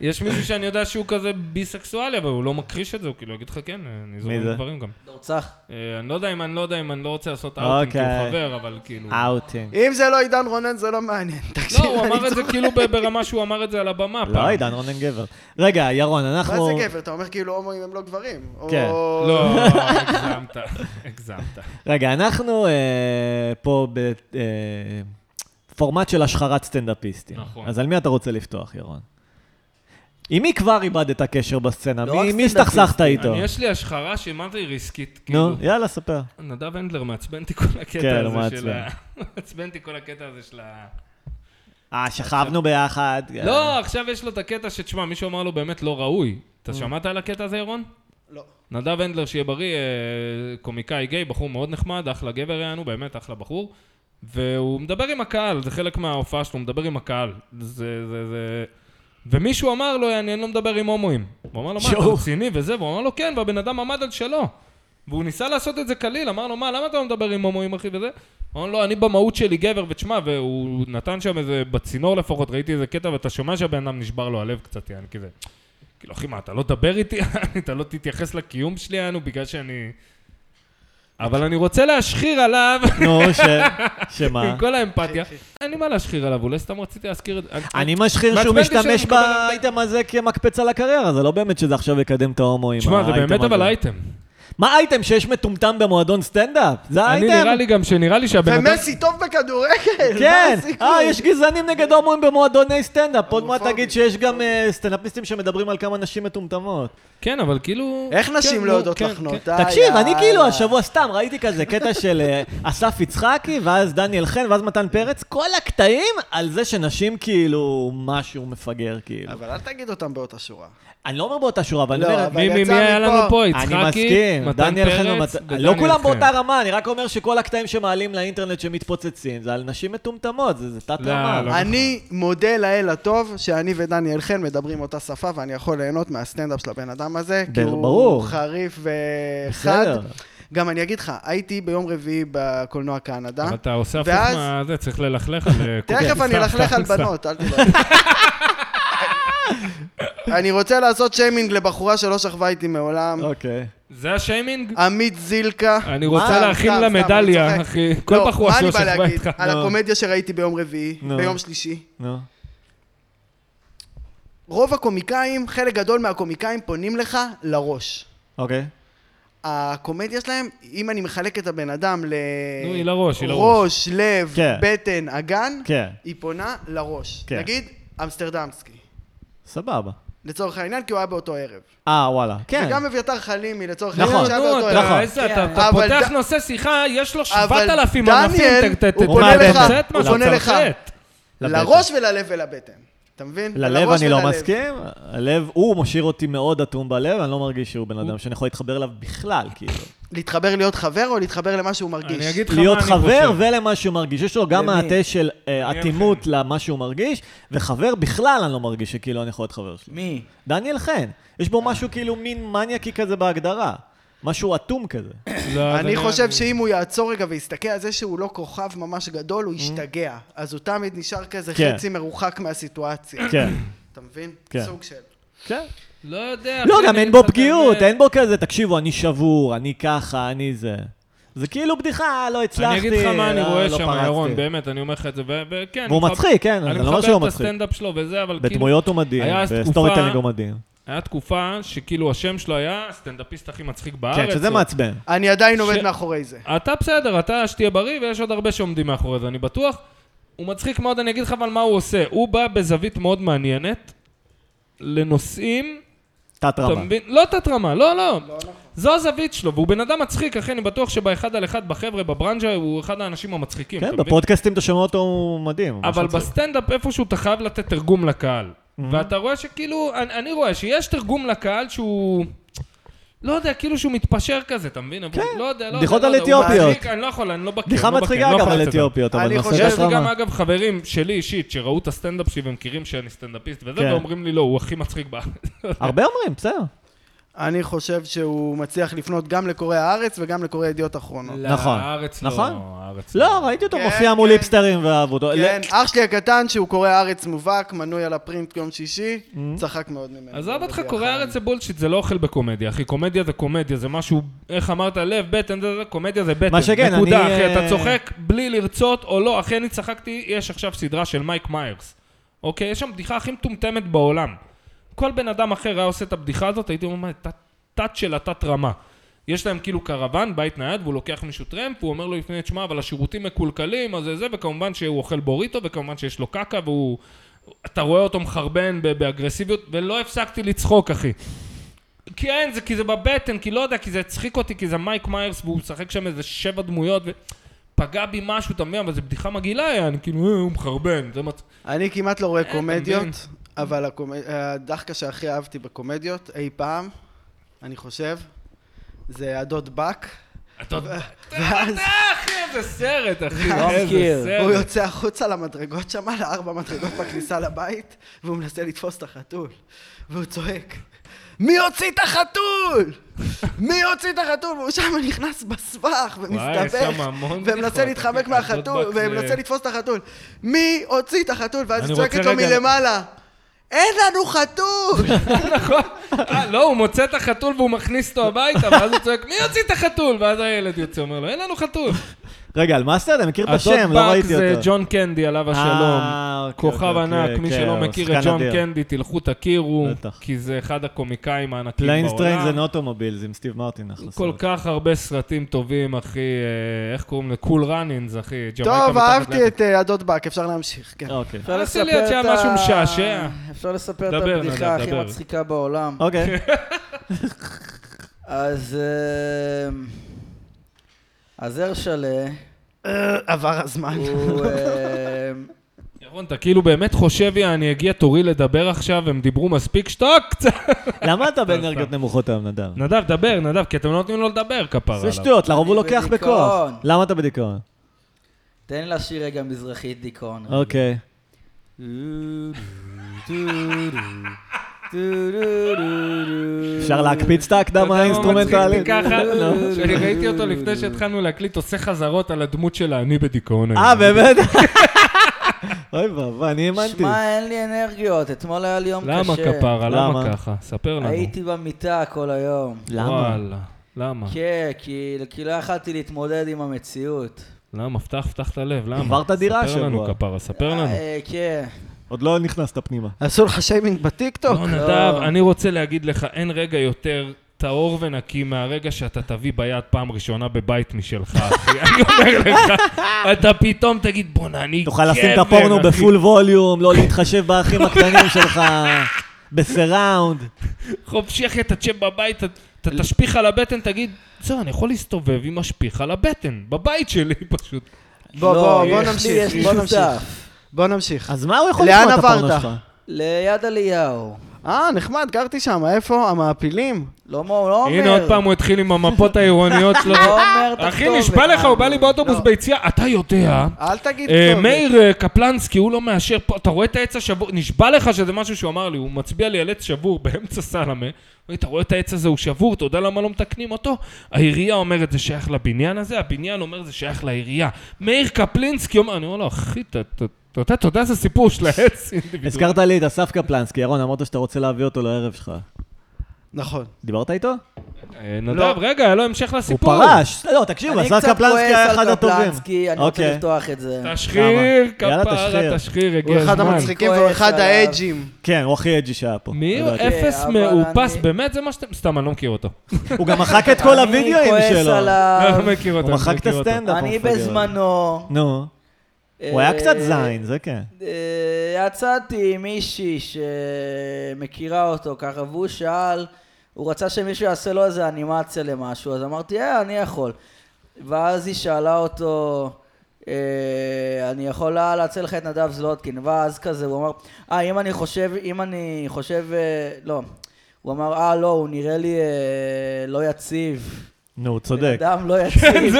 יש מישהו שאני יודע שהוא כזה ביסקסואלי, אבל הוא לא מכחיש את זה, הוא כאילו יגיד לך כן, אני מי זורם זה? דברים גם. דורצח. אה, אני לא יודע אם אני לא יודע אם אני לא רוצה לעשות אאוטינג כי אוקיי. אה, הוא חבר, אבל כאילו... אאוטינג. אם זה לא עידן רונן, זה לא מעניין. תקשיב, לא, הוא אני אמר את זה צוחק. כאילו ב- ברמה שהוא אמר את זה על הבמה. אוקיי. לא, פעם. עידן רונן גבר. רגע, ירון, מה אנחנו... זה גבר? אתה אומר כאילו הומואים הם לא גברים. או- כן. לא, הגזמת, הגזמת. רגע, אנחנו אה, פה בפורמט של השחרת סטנדאפיסטים. נכון. אז על מי אתה רוצה לפתוח, ירון? עם מי כבר איבדת קשר בסצנה? לא מי- רק מי הסתכסכת סטנדאפיסטים, איתו? אני, יש לי השחרה שמה זה ריסקית, כאילו. נו, יאללה, ספר. נדב הנדלר מעצבן אותי כל כן, הקטע הוא הזה של מעצבן. ה... מעצבן אותי כל הקטע הזה של ה... אה, שכבנו ביחד. לא, עכשיו יש לו את הקטע שתשמע, מישהו אמר לו באמת לא ראוי. אתה אה. שמעת על הקטע הזה, ירון? לא. נדב הנדלר, שיהיה בריא, אה, קומיקאי גיי, בחור מאוד נחמד, אחלה גבר היה לנו, באמת אחלה בחור. והוא מדבר עם הקהל, זה חלק מההופעה שלו, הוא מדבר עם הקהל. זה, זה, זה... ומישהו אמר לו, אני אני לא מדבר עם הומואים. הוא אמר לו, מה, אתה שואו. רציני וזה? והוא אמר לו, כן, והבן אדם עמד על שלו. והוא ניסה לעשות את זה קליל, אמר לו, מה, למה אתה לא מדבר עם הומואים, אחי, וזה? הוא אמר לו, לא, אני במהות שלי גבר, ותשמע, והוא נתן שם איזה, בצינור לפחות, ראיתי איזה קטע, ואתה שומע שהבן אדם נשבר לו הלב קצת, יעני, כזה. כאילו, אחי, מה, אתה לא תדבר איתי? אתה לא תתייחס לקיום שלי, יענו, בגלל שאני... אבל אני רוצה להשחיר עליו, נו, ש... שמה? עם כל האמפתיה. אין לי מה להשחיר עליו, אולי סתם רציתי להזכיר את זה. אני משחיר שהוא מעצבן אותי שאני משתמש מקבל הרבה- באייטם הזה כמקפצה לקריירה, זה לא באמת שזה עכשיו יקדם את ההומואים. תשמע, זה האייטם באמת אבל הזה. אייטם. מה אייטם שיש מטומטם במועדון סטנדאפ? זה אני האייטם? נראה לי גם שנראה לי שהבן אדם... ומסי טוב בכדורגל! כן, מה הסיכוי? אה, יש גזענים נגד הומואים במועדוני סטנדאפ. עוד מעט הומופובים. תגיד שיש גם אה, סטנדאפיסטים שמדברים על כמה נשים מטומטמות. כן, אבל כאילו... איך נשים כן, לא נו, יודעות כן, לחנות? כן. די, תקשיב, אני יאללה. כאילו השבוע סתם ראיתי כזה קטע של אה, אסף יצחקי, ואז דניאל חן, ואז מתן פרץ, כל הקטעים על זה שנשים כאילו משהו מפגר, כאילו. אבל אל תגיד אותם באותה שורה. אני לא אומר באותה שורה, אבל אני לא, אומר... אבל מי מי- יצא מי היה מפה. לנו פה? אני לא, יצחקי, מסכים, מתן דניאל חן פרץ כן, ומת... לא כולם חן. באותה רמה, אני רק אומר שכל הקטעים שמעלים לאינטרנט שמתפוצצים, זה על נשים מטומטמות, זה, זה תת לא, רמה. לא. אני מודה לאל הטוב שאני ודניאל חן מדברים אותה שפה ואני יכול ליהנות מהסטנדאפ של הבן אדם הזה, כי בר- הוא ברור. חריף וחד. בסדר. גם אני אגיד לך, הייתי ביום רביעי בקולנוע קנדה. אבל אתה עושה הפוך ואז- מה... זה, צריך ללכלך על... אה, תכף אני אלכלך על בנות, אל תדאג. אני רוצה לעשות שיימינג לבחורה שלא שכבה איתי מעולם. אוקיי. אה, זה השיימינג? עמית זילקה. אני אה, סתם, רוצה להכין סתם, לה סתם, אני מדליה, צוחק. אחי. כל לא, בחורה מה אני שלא בא שכבה להגיד? איתך. על נו. הקומדיה שראיתי ביום רביעי, לא. נו. ביום שלישי. נו. רוב הקומיקאים, חלק גדול מהקומיקאים פונים לך לראש. אוקיי. הקומדיה שלהם, אם אני מחלק את הבן אדם ל... נו, היא לראש, היא ראש, לב, כן. בטן, אגן, כן. היא פונה לראש. כן. נגיד, אמסטרדמסקי. סבבה. לצורך העניין, כי הוא היה באותו ערב. אה, וואלה. כן. וגם אביתר חלימי, לצורך נכון. העניין, שהיה נו, באותו אתה- נכון. ערב. איזה, אתה כן. אתה אבל פותח ד- נושא שיחה, יש לו אבל 7,000 ענפים. דניאל, ת- ת- הוא ת- פונה תמצת לך, מה הוא פונה לך. שצריך. לבטן. לראש וללב ולבטן. אתה מבין? ללב לראש אני לא וללב. מסכים, הלב, הוא משאיר אותי מאוד אטום בלב, אני לא מרגיש שהוא בן אדם שאני יכול להתחבר אליו בכלל, כאילו. להתחבר להיות חבר או להתחבר למה שהוא מרגיש? אני אגיד לך מה אני להיות חושב. חבר ולמה שהוא מרגיש, יש לו גם למי? מעטה של אה, דניאל אטימות למה שהוא מרגיש, וחבר בכלל אני לא מרגיש שכאילו אני יכול להיות חבר שלו. מי? דניאל חן, יש בו משהו כאילו מין מניאקי כזה בהגדרה, משהו אטום כזה. לא, אז אני חושב שאם הוא יעצור רגע ויסתכל על זה שהוא לא כוכב ממש גדול, הוא ישתגע. אז הוא תמיד נשאר כזה כן. חצי מרוחק מהסיטואציה. כן, אתה מבין? כן. סוג של... כן. לא יודע. לא, אחי, גם אני אה, אין בו אמצא את פגיעות, האמת. אין בו כזה, תקשיבו, אני שבור, אני ככה, אני זה. זה כאילו בדיחה, לא אני הצלחתי, אגיד לך מה אני לא- רואה לא שם, פרצתי. ירון, באמת, אני אומר לך את זה, ו- וכן. והוא אני מחבר- מצחיק, כן, אני זה לא אומר שהוא מחבר את מצחיק. הסטנדאפ שלו וזה, אבל כאילו... בדמויות הוא מדהים, היה אז תקופה- בסטורי טלינג הוא מדהים. כן, היה תקופה שכאילו השם שלו היה הסטנדאפיסט הכי מצחיק בארץ. אה, כן, שזה או- מעצבן. אני עדיין עומד ש- מאחורי זה. אתה בסדר, אתה שתהיה בריא, ויש עוד הרבה שעומדים מאחורי זה, אני בטוח. הוא מצחיק מאוד, אני אגיד לך אבל מה הוא עושה. הוא בא בזווית מאוד מעניינת לנושאים, תת אתה רמה. מבין? לא תת-רמה, לא, לא. זו הזווית שלו, והוא בן אדם מצחיק, אחי, אני בטוח שבאחד על אחד בחבר'ה, בברנז'ה, הוא אחד האנשים המצחיקים. כן, אתה מבין? בפודקאסטים אתה שומע אותו הוא מדהים. הוא אבל כן, ממש מצחיק. Mm-hmm. בסטנדאפ איפשהו אתה חייב לתת תרגום לקהל. ואתה רואה שכאילו, אני, אני רואה שיש תרגום לקהל שהוא... לא יודע, כאילו שהוא מתפשר כזה, אתה מבין? כן, לא יודע, לא בדיחות יודע, לא על יודע, הוא אתיופיות. מצחיק, אני לא יכול, אני לא בקיא. בדיחה אני לא בקיא, מצחיקה אני לא גם יכול על לצאת. אתיופיות, אבל אני נושא חושב יש תת לי גם, רמה. אגב, חברים שלי אישית, שראו את הסטנדאפ שלי ומכירים שאני סטנדאפיסט וזה, כן. ואומרים לי, לא, הוא הכי מצחיק בארץ. הרבה אומרים, בסדר. אני חושב שהוא מצליח לפנות גם לקוראי הארץ וגם לקוראי ידיעות אחרונות. נכון. הארץ נכון. לא, הארץ לא, ראיתי אותו כן, מופיע מול כן. היפסטרים ואהבו אותו. כן, לא- אח שלי הקטן, שהוא קורא הארץ מובהק, מנוי על הפרינט יום שישי, Mm. צחק מאוד ממנו. עזוב אותך, בדיעבד. קוראי הארץ זה בולשיט, זה לא אוכל בקומדיה, אחי. קומדיה זה קומדיה, זה משהו, איך אמרת, לב, בטן, זה, זה, קומדיה זה בטן. מה שכן, נקודה, אני, אחי, אתה אה, צוחק בלי לרצות או לא. אחי, אני צחקתי, יש עכשיו סדרה של מייק מיירס. אוקיי? יש שם בדיחה הכי מטומטמת בעולם. כל בן אדם אחר היה עושה את הבדיחה הזאת, הייתי אומר, מה, תת- תת של התת-רמה. יש להם כאילו קרוון, בית נייד, והוא לוקח מישהו טרמפ, הוא אומר לו לפני, תשמע, אבל השירותים מקולקלים, אז זה זה, וכמובן שהוא אוכל בוריטו, וכמובן שיש לו קקה, והוא... אתה רואה אותו מחרבן ב- באגרסיביות, ולא הפסקתי לצחוק, אחי. כי אין, זה כי זה בבטן, כי לא יודע, כי זה הצחיק אותי, כי זה מייק מיירס, והוא משחק שם איזה שבע דמויות, ופגע בי משהו, אתה מבין? אבל זו בדיחה מגעילה, יעני, כאילו, "אה, הוא מחרבן, זה מצ... אני כמעט לא אה, רואה אתה מבין. קומדיות, אבל הקומ- אה, הדחקה שהכי אהבתי בקומדיות אי פעם, אני חושב, זה הדוד באק. אתה יודע, ואז אחי, איזה סרט, אחי, לא מכיר. איזה הוא סרט. יוצא החוצה למדרגות שם, לארבע מדרגות בכניסה לבית, והוא מנסה לתפוס את החתול. והוא צועק, מי הוציא את החתול? מי הוציא את החתול? והוא שם נכנס בסבך וואי, יש שם ומסתבך, המון בדיחות, ומנסה להתחמק אחי, מהחתול, הדוד בק זה- ומנסה לתפוס את החתול. מי הוציא את החתול? ואז אני היא צועקת רוצה לו רגע- מלמעלה. אין לנו חתול! נכון. אה, לא, הוא מוצא את החתול והוא מכניס אותו הביתה, ואז הוא צועק, מי הוציא את החתול? ואז הילד יוצא, אומר לו, אין לנו חתול. רגע, על מה הסרט? אני מכיר את השם, השם, לא ראיתי זה אותו. ג'ון קנדי, עליו השלום. אה, אוקיי, כוכב אוקיי, ענק, אוקיי, מי כן, שלא הוא מכיר שחקן את ג'ון אדיר. קנדי, תלכו תכירו, בטח. כי זה אחד הקומיקאים הענקים בעולם. פליינס טריינס אנד אוטומובילס עם סטיב מרטין, אחלה כל סרט. כך הרבה סרטים טובים, אחי, אה, איך קוראים לזה? קול ראנינס, אחי. ג'מייקה טוב, מתחת אהבתי לים. את אה, הדוד באק, אפשר להמשיך, כן. אוקיי. אפשר רצה לספר להיות שהיה את ה- משהו משעשע. אפשר לספר את דבר, הבדיחה נדב, הכי דבר. מצחיקה בעולם. אוקיי. אז... אמ, אז הרשלה, אה, עבר הזמן. הוא... אמ, ירון, אתה כאילו באמת חושב, יא, אני אגיע תורי לדבר עכשיו, הם דיברו מספיק, שתוק קצת. למה אתה באנרגיות נמוכות היום, נדב? נדב, דבר, נדב, כי אתם לא נותנים לו לדבר, כפרה זה עליו. שטויות, לרוב הוא אני לוקח בדיכאון. בכוח. למה אתה בדיכאון? תן לי לשיר רגע מזרחית דיכאון. אוקיי. אפשר להקפיץ את אתה ההקדמה יודע מה האינסטרומנטלית? מצחיק אותי ככה? נו. שאני ראיתי אותו לפני שהתחלנו להקליט, עושה חזרות על הדמות שלה, אני בדיכאון היום. אה, באמת? אוי ואבוי, אני האמנתי. שמע, אין לי אנרגיות, אתמול היה לי יום קשה. למה כפרה? למה למה? ככה? ספר לנו. הייתי במיטה כל היום. למה? וואלה. למה? כן, כי, כי לא יכלתי להתמודד עם המציאות. למה? פתח, פתח את הלב, למה? עברת דירה ספר לנו, השבוע. כפרה, ספר לנו. אה, כן. עוד לא נכנסת פנימה. עשו לך שיימינג בטיקטוק? אוקיי. לא, נדב, אני רוצה להגיד לך, אין רגע יותר טהור ונקי מהרגע שאתה תביא ביד פעם ראשונה בבית משלך, אחי. אני אומר לך, אתה פתאום תגיד, בואנה, אני גבר, תוכל לשים את הפורנו כן, אחי." בפול ווליום, לא להתחשב באחים הקטנים שלך, בסיראונד. חופשי, אחי, אתה תשב בבית, אתה- אתה תשפיך על הבטן, תגיד, בסדר, אני יכול להסתובב עם משפיך על הבטן, בבית שלי פשוט. בוא, לא, בוא, בוא יש לי- יש לי נמשיך, בוא נמשיך. שותף. בוא נמשיך. אז מה הוא יכול לאן לשמוע את הפורנו עברת? שלך? ליד אליהו. אה, נחמד, גרתי שם, איפה? המעפילים? לא מ- לא אומר. הנה, עוד פעם הוא התחיל עם המפות העירוניות שלו. לא אומר את אחי, הכתובת. נשבע אה? לך, הוא בא לי באוטובוס לא. ביציאה, אתה יודע, אל תגיד אה, כתובת. מאיר אה, קפלנסקי, הוא לא מאשר פה, אתה רואה את העץ השבור, נשבע לך שזה משהו שהוא אמר לי, הוא מצביע לי על עץ שבור באמצע סלמה, הוא אתה רואה את העץ הזה, הוא שבור, אתה יודע למה לא מתקנים אותו? העירייה אומרת זה שייך לבניין הזה, הבניין אומר זה שייך לעירייה. מאיר קפלינסקי אומר, אני אומר לו, אחי, אתה- אתה אתה יודע, אתה יודע איזה סיפור של העץ אינדיבידואלי. הזכרת לי את אסף קפלנסקי, ירון, אמרת שאתה רוצה להביא אותו לערב שלך. נכון. דיברת איתו? אה, לא. נדב, רגע, היה לו המשך הוא לסיפור. פרש. לא, תקשיב, אני אסף קצת קפלנסקי היה כועס אחד על הטובים. קפלנסקי, אני רוצה אוקיי. לפתוח את זה. תשחיר, יאללה, כפרה, תשחיר. תשחיר, הוא הגיע אחד הזמן. המצחיקים והוא כועס אחד עליו. האג'ים. כן, הוא הכי אג'י שהיה פה. מי הוא? לדעתי. אפס אה, אבל מאופס, אני- באמת זה מה שאתם... סתם, אני לא מכיר אותו. הוא גם מחק את כל הוידאוים אני כועס שלו. לא עליו. לא מכיר אותו. הוא אני מחק את מכיר אותו. הסטנדאפ. אני המפגר הזה. בזמנו... נו, הוא אה, היה קצת זין, זה כן. אה, יצאתי עם מישהי שמכירה אותו ככה, והוא שאל, הוא רצה שמישהו יעשה לו איזה אנימציה למשהו, אז אמרתי, אה, אני יכול. ואז היא שאלה אותו, אה, אני יכולה להציע לך את נדב זלוטקין, ואז כזה, הוא אמר, אה, אם אני חושב, אם אני חושב, אה, לא. הוא אמר, אה, לא, הוא נראה לי אה, לא יציב. נו, הוא בן צודק. אדם לא יציב. כן, זה-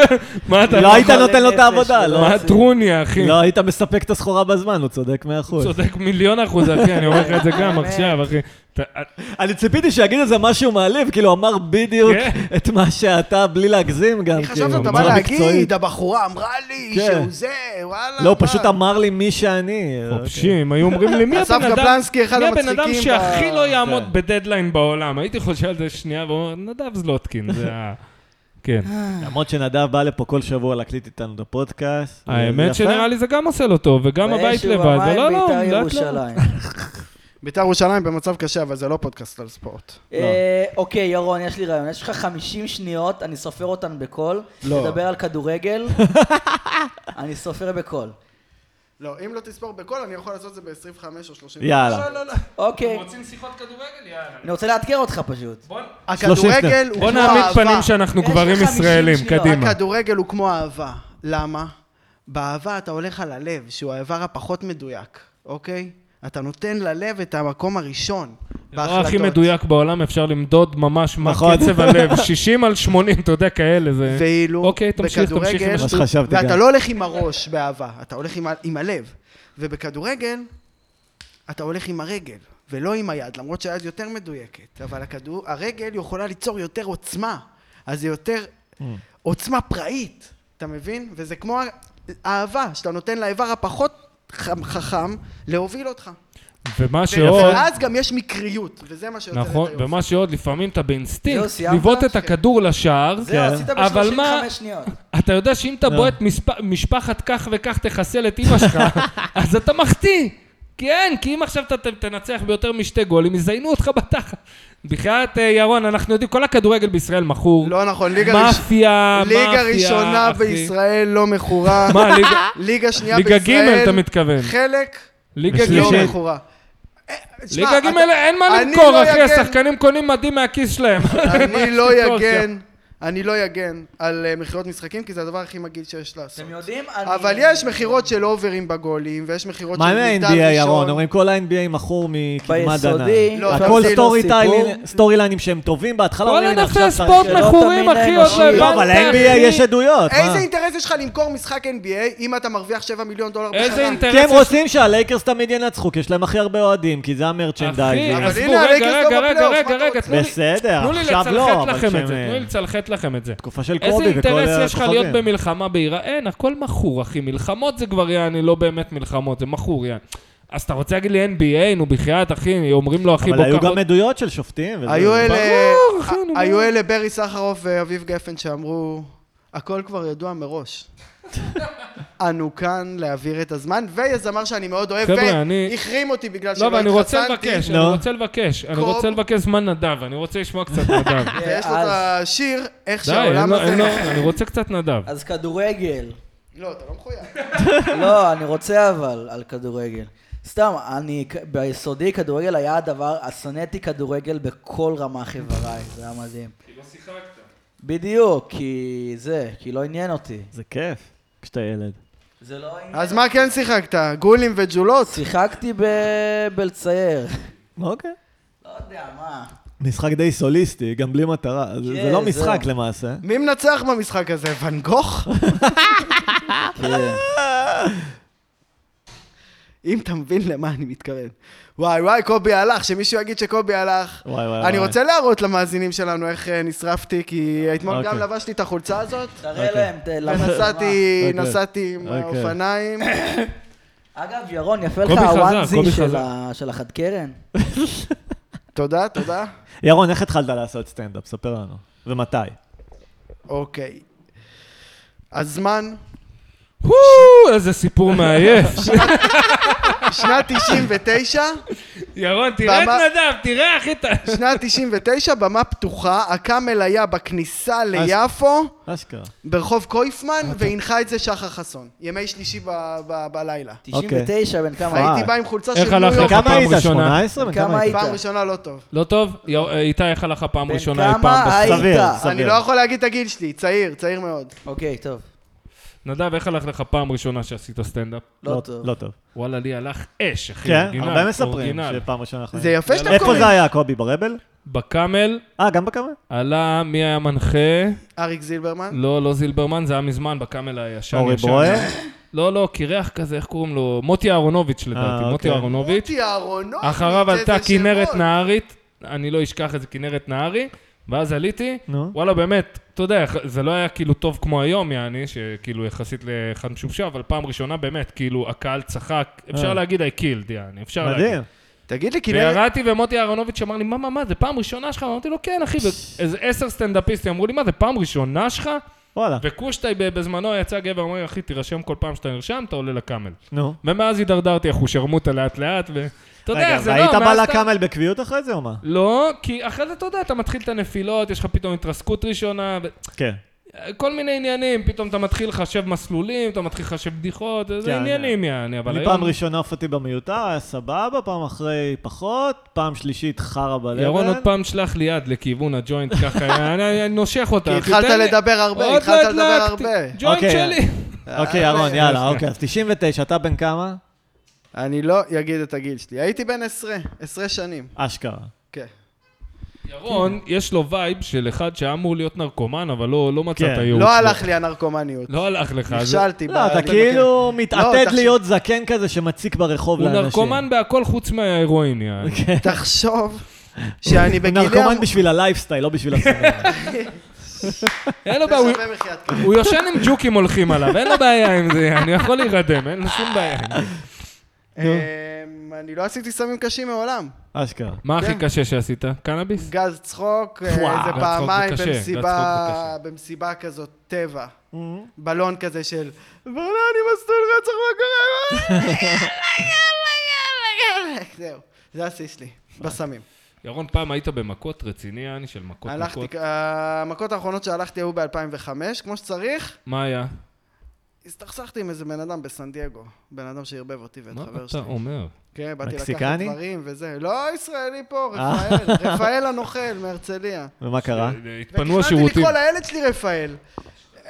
מה אה, אתה... לא היית נותן לו את נפש, העבודה, לא לא? מה הטרוניה, אחי? לא היית מספק את הסחורה בזמן, הוא צודק מאה אחוז. צודק מיליון אחוז, אחי, אני אומר לך את זה גם באמת. עכשיו, אחי. אתה- אה, אה, אני ציפיתי שיגיד איזה משהו מעליב, כאילו אמר בדיוק כן. את מה שאתה, בלי להגזים גם, אני כאילו, חשבתי, אתה בא בצורה להגיד, מקצועית. הבחורה אמרה לי כן. שהוא זה, וואלה. לא, הוא מה? פשוט אמר לי מי שאני. חופשי, אם היו אומרים לי, מי אסף הבן אדם... קפלנסקי, אחד מי הבן המצחיקים אדם ב- שהכי לא יעמוד זה. בדדליין בעולם? הייתי חושב על זה שנייה ואומר, נדב זלוטקין, זה ה... כן. אוקיי. למרות שנדב בא לפה כל שבוע להקליט איתנו את הפודקאסט. האמת וזה שנראה יפה. לי זה גם עושה לו טוב, וגם הבית ביישוב לבד, המים, ולא, לא, בית"ר לאט לאט. ירושלים. בית"ר ירושלים במצב קשה, אבל זה לא פודקאסט על ספורט. אה, אוקיי, ירון, יש לי רעיון. יש לך 50 שניות, אני סופר אותן בקול. לא. נדבר על כדורגל. אני סופר בקול. לא, אם לא תספור בקול, אני יכול לעשות את זה ב-25 או 30. יאללה. לא, לא, לא. אוקיי. שיחות כדורגל? אני רוצה לאתגר אותך פשוט. יאללה. הכדורגל הוא כמו בוא אהבה. נעמיד פנים שאנחנו יש לך גברים 50 ישראלים, שניות. קדימה. לא, הכדורגל הוא כמו אהבה. למה? באהבה אתה הולך על הלב, שהוא האיבר הפחות מדויק, אוקיי? אתה נותן ללב את המקום הראשון הדבר בהחלטות. הכי מדויק בעולם, אפשר למדוד ממש מה נכון. קצב הלב, 60 על 80, אתה יודע, כאלה, זה... ואילו אוקיי, תמשיך, תמשיך. בכדורגל, מה שחשבתי ואתה גם. לא הולך עם הראש באהבה, אתה הולך עם, ה- עם הלב. ובכדורגל, אתה הולך עם הרגל, ולא עם היד, למרות שהיד יותר מדויקת. אבל הכדור, הרגל יכולה ליצור יותר עוצמה, אז זה יותר עוצמה פראית, אתה מבין? וזה כמו אהבה, שאתה נותן לאיבר הפחות חם- חכם להוביל אותך. ומה שעוד, ואז גם יש מקריות, וזה מה שיוצר את נכון, היופי. ומה שעוד, לפעמים אתה זהו, באינסטינקט, סיימת? לבעוט את כן. הכדור לשער, אוקיי. זהו, עשית אבל ב-35 מה- שניות. אתה יודע שאם אתה בועט מספ- משפחת כך וכך תחסל את אימא שלך, אז אתה מחטיא. כן, כי אם עכשיו אתה ת- תנצח ביותר משתי גולים, יזיינו אותך בתחת. בחייאת אה, ירון, אנחנו יודעים, כל הכדורגל בישראל מכור. לא נכון, ליגה ראש- מאפיה, מאפיה, ליגה ראשונה אחי. בישראל לא מכורה. מה, ליגה- ליגה שנייה ליגה בישראל... ג' אתה מתכוון. חלק ליגה לא ג'. שלישית. מכורה. אה, תשמע, ליגה אתה- ג' אין מה אני למכור, לא אחי, אגן- השחקנים קונים מדים מהכיס שלהם. אני לא למכור שם. יגן, אני לא יגן על אה, מכירות משחקים, כי זה הדבר הכי מגעיל שיש לעשות. אתם יודעים? אני- אבל יש מכירות של אוברים בגולים, ויש מכירות של מה עם מיטל ה-NBA, ירון? אומרים כל ה-NBA מכור מקדמת דנא. ביסודי, לא, הכל תמציא לו סטורי סיפור. טיילים- סטורי ליינים שהם טובים, בהתחלה כל אומרים, הנה ענפי עכשיו הספורט שלא מכורים, תמיד אחי, עוד האנושי. לא הבנת, לא, לא, אבל ל-NBA אחי. יש עדויות, מה? איזה אינטרס יש לך למכור משחק NBA אם אתה מרוויח 7 מיליון דולר בשנה? איזה אינטרס כי הם יש רוצים שהלייקרס תמיד ינצחו, כי יש להם הכי הרבה אוהדים, כי זה המרצ'נדייזינג. אחי, אבל עזבו, הנה, רגע, הלייקרס רגע, לא רגע, בפלייאוף, רגע, מה אתה רגע, רוצה? תנו לי- בסדר, תנו לי עכשיו לא, לצלחת אבל לכם את זה, כשהם- תנו לי לצלחת לכם את זה. תקופה של קובי וכל איזה הכוכבים. אינטרס יש לך להיות במלחמה בעיר? אין, הכל מכור, אחי. מלחמות זה כבר יעני, לא באמת מלחמות, זה מכור יעני. אז אתה רוצה להגיד לי NBA, נו בחייאת, אחי, אומרים לו, אחי, אבל בוא היו קח גם עוד... עדויות של שופטים. וזה- היו אלה, ברור, אחי, נו, מה? היו אלה ברי סחרוף ואביב גפן שאמרו, הכל כבר ידוע מראש. אנו כאן להעביר את הזמן, ויזמר שאני מאוד אוהב, חבר'ה, אני- והחרים אותי בגלל לא, שלא אבל אני רוצה התחסנתי, לבקש, אני לא. רוצה לבקש, אני קוב. רוצה לבקש זמן נדב, אני רוצה לשמוע קצת נדב. ויש לו אז- את השיר, איך די, אין שהעולם לו- אין לו- הזה... אני רוצה קצת נדב. אז כדורגל. לא, אתה לא מחויב. לא, אני רוצה אבל על כדורגל. סתם, אני, ביסודי כדורגל היה הדבר, אז שנאתי כדורגל בכל רמה חבריי, זה היה מדהים. כי לא שיחקת. בדיוק, כי זה, כי לא עניין אותי. זה כיף, כשאתה ילד. זה לא עניין. אז מה כן שיחקת? גולים וג'ולות? שיחקתי ב- בלצייר. אוקיי. לא יודע, מה. משחק די סוליסטי, גם בלי מטרה. אז כן, זה לא זהו. משחק למעשה. מי מנצח במשחק הזה? ואן גוך? כן. אם אתה מבין למה אני מתכוון. וואי וואי, קובי הלך, שמישהו יגיד שקובי הלך. וואי, וואי, אני וואי. רוצה להראות למאזינים שלנו איך אה, נשרפתי, כי אתמול אוקיי. כן. גם לבשתי את החולצה הזאת, תראה להם, ת- למה- ונסעתי אוקיי. נסעתי עם אוקיי. האופניים. אגב, ירון, יפה לך קובי חזק, קובי הוואנזי של חזק. ה- של החד קרן. תודה, תודה. ירון, איך התחלת לעשות סטנדאפ? ספר לנו. ומתי? אוקיי. הזמן, וואו, איזה סיפור מעייף. שנת 99, ירון, תראה את במה- נדב, תראה, אחי, אתה... שנת 99, במה פתוחה, הקאמל היה בכניסה ליפו, אשכרה. ברחוב קויפמן, אוקיי. והנחה את זה שחר חסון. ימי שלישי ב- ב- בלילה. 99, בן כמה פאק. היית? הייתי בא עם חולצה איך של הלך ניו יורק, לך? כמה לא, פעם היית? ראשונה. 18? בן כמה כמה היית? היית? פעם ראשונה לא טוב. לא טוב? יא- איתי, איך הלך הפעם בן ראשונה אי פעם? כמה בס- היית? סביר, סביר. אני לא יכול להגיד את הגיל שלי, צעיר, צעיר מאוד. אוקיי, טוב. נדב, איך הלך לך פעם ראשונה שעשית סטנדאפ? לא טוב. לא טוב. וואלה, לי הלך אש, אחי. כן, אורגינל, הרבה מספרים אורגינל. שפעם ראשונה אחרי. זה יפה שאתה איפה קורא. זה היה, קובי? ברבל? בקאמל אה, גם בכמה? לא, עלה, מי היה מנחה? אריק זילברמן? לא, לא זילברמן, זה היה מזמן, בקאמל הישן. אורי ישן. ברויר? לא, לא, קירח כזה, איך קוראים לו? מוטי אהרונוביץ' לדעתי, אה, מוטי אוקיי. אהרונוביץ'. מוטי אהרונוביץ', אחריו איזה עלתה כנרת שמות. נהרית, אני לא אשכח את זה, כנרת נהרי, ואז עליתי, נו. וואלה, באמת, אתה יודע, זה לא היה כאילו טוב כמו היום, יעני, שכאילו יחסית לאחד משובשב, אבל פעם ראשונה באמת, כאילו, הקהל צחק, אפשר אה. להגיד, I killed, יעני, אפשר להגיד. מדהים. תגיד לי, כנרת... וירדתי ומוטי אהרונוביץ' אמר לי, מה, מה, מה, זה פעם ראשונה שלך? אמרתי לו, כן, אחי, ואיזה עשר סטנדאפיסטים אמרו לי, מה, זה פעם ראשונה שלך? וואלה. וקושטי ב- בזמנו יצא גבר, אמר לי, אחי, תירשם כל פעם שאתה נרשם, אתה עולה לקאמל. נו. ומאז הידרדרתי אחושרמוטה לאט לאט, ואתה יודע, רגע, איך זה לא, והיית מאז בא אתה- לקאמל בקביעות אחרי זה או מה? לא, כי אחרי זה אתה יודע, אתה מתחיל את הנפילות, יש לך פתאום התרסקות ראשונה, ו... כן. כל מיני עניינים, פתאום אתה מתחיל לחשב מסלולים, אתה מתחיל לחשב בדיחות, זה כן, עניינים יעני, אבל אני היום... פעם ראשונה הופעתי במיותר, היה סבבה, פעם אחרי פחות, פעם שלישית חרא בלבן. ירון עוד פעם שלח לי יד לכיוון הג'וינט ככה, אני אני נושך אותה. כי אחי, התחלת תן לי- לדבר הרבה, עוד התחלת לא לדבר הדלקתי. הרבה. ג'וינט אוקיי. שלי. אוקיי, אה, ירון, יאללה, אוקיי, אז 99, אתה בן כמה? אני לא אגיד את הגיל שלי. הייתי בן עשרה, עשרה שנים. אשכרה. כן. ירון, יש לו וייב של אחד שהיה אמור להיות נרקומן, אבל לא לא מצא כן. את הייעוץ. לא שלו. הלך לי הנרקומניות. לא הלך לך. זה- נכשלתי. לא, אתה בהליך כאילו מתעתד תחשוב- להיות זקן כזה שמציק ברחוב הוא לאנשים. נרקומן בהכל חוץ מההירואין, יעני. כן. תחשוב שאני הוא בגילי... נרקומן המ- בשביל הלייפסטייל, לא בשביל הסרט. אין לו זה בעיה, הוא- שווה מחיית כפיים. הוא יושן עם ג'וקים הולכים עליו, אין לו בעיה עם זה, אני יכול להירדם, אין לו שום בעיה. אמ, אני לא עשיתי סמים קשים מעולם. אשכרה. מה הכי כן. קשה שעשית? קנאביס? גז צחוק, אה, גז צחוק וואו. איזה זה פעמיים קשה, גז צחוק זה במסיבה, קשה. Mm-hmm. במסיבה כזאת, טבע. בלון כזה של, בוא'נה, אני מסלול רצח, מה קורה? יאללה, יאללה, יאללה, יאללה. זהו, זה השיא שלי, בסמים. ירון, פעם היית במכות רציני, יעני, של מכות הלכתי, אה, מכות. המכות האחרונות שהלכתי היו ב-2005, כמו שצריך, מה היה? הסתכסכתי עם איזה בן אדם בסן דייגו, בן אדם שערבב אותי ואת מה חבר אתה שלי. אומר? כן, באתי לקחת מקסיקני? דברים וזה. לא, ישראלי פה, אה. רפאל, רפאל הנוכל מהרצליה. ומה קרה? אה, התפנו ותכננתי השירותים. לקרוא לילד שלי רפאל.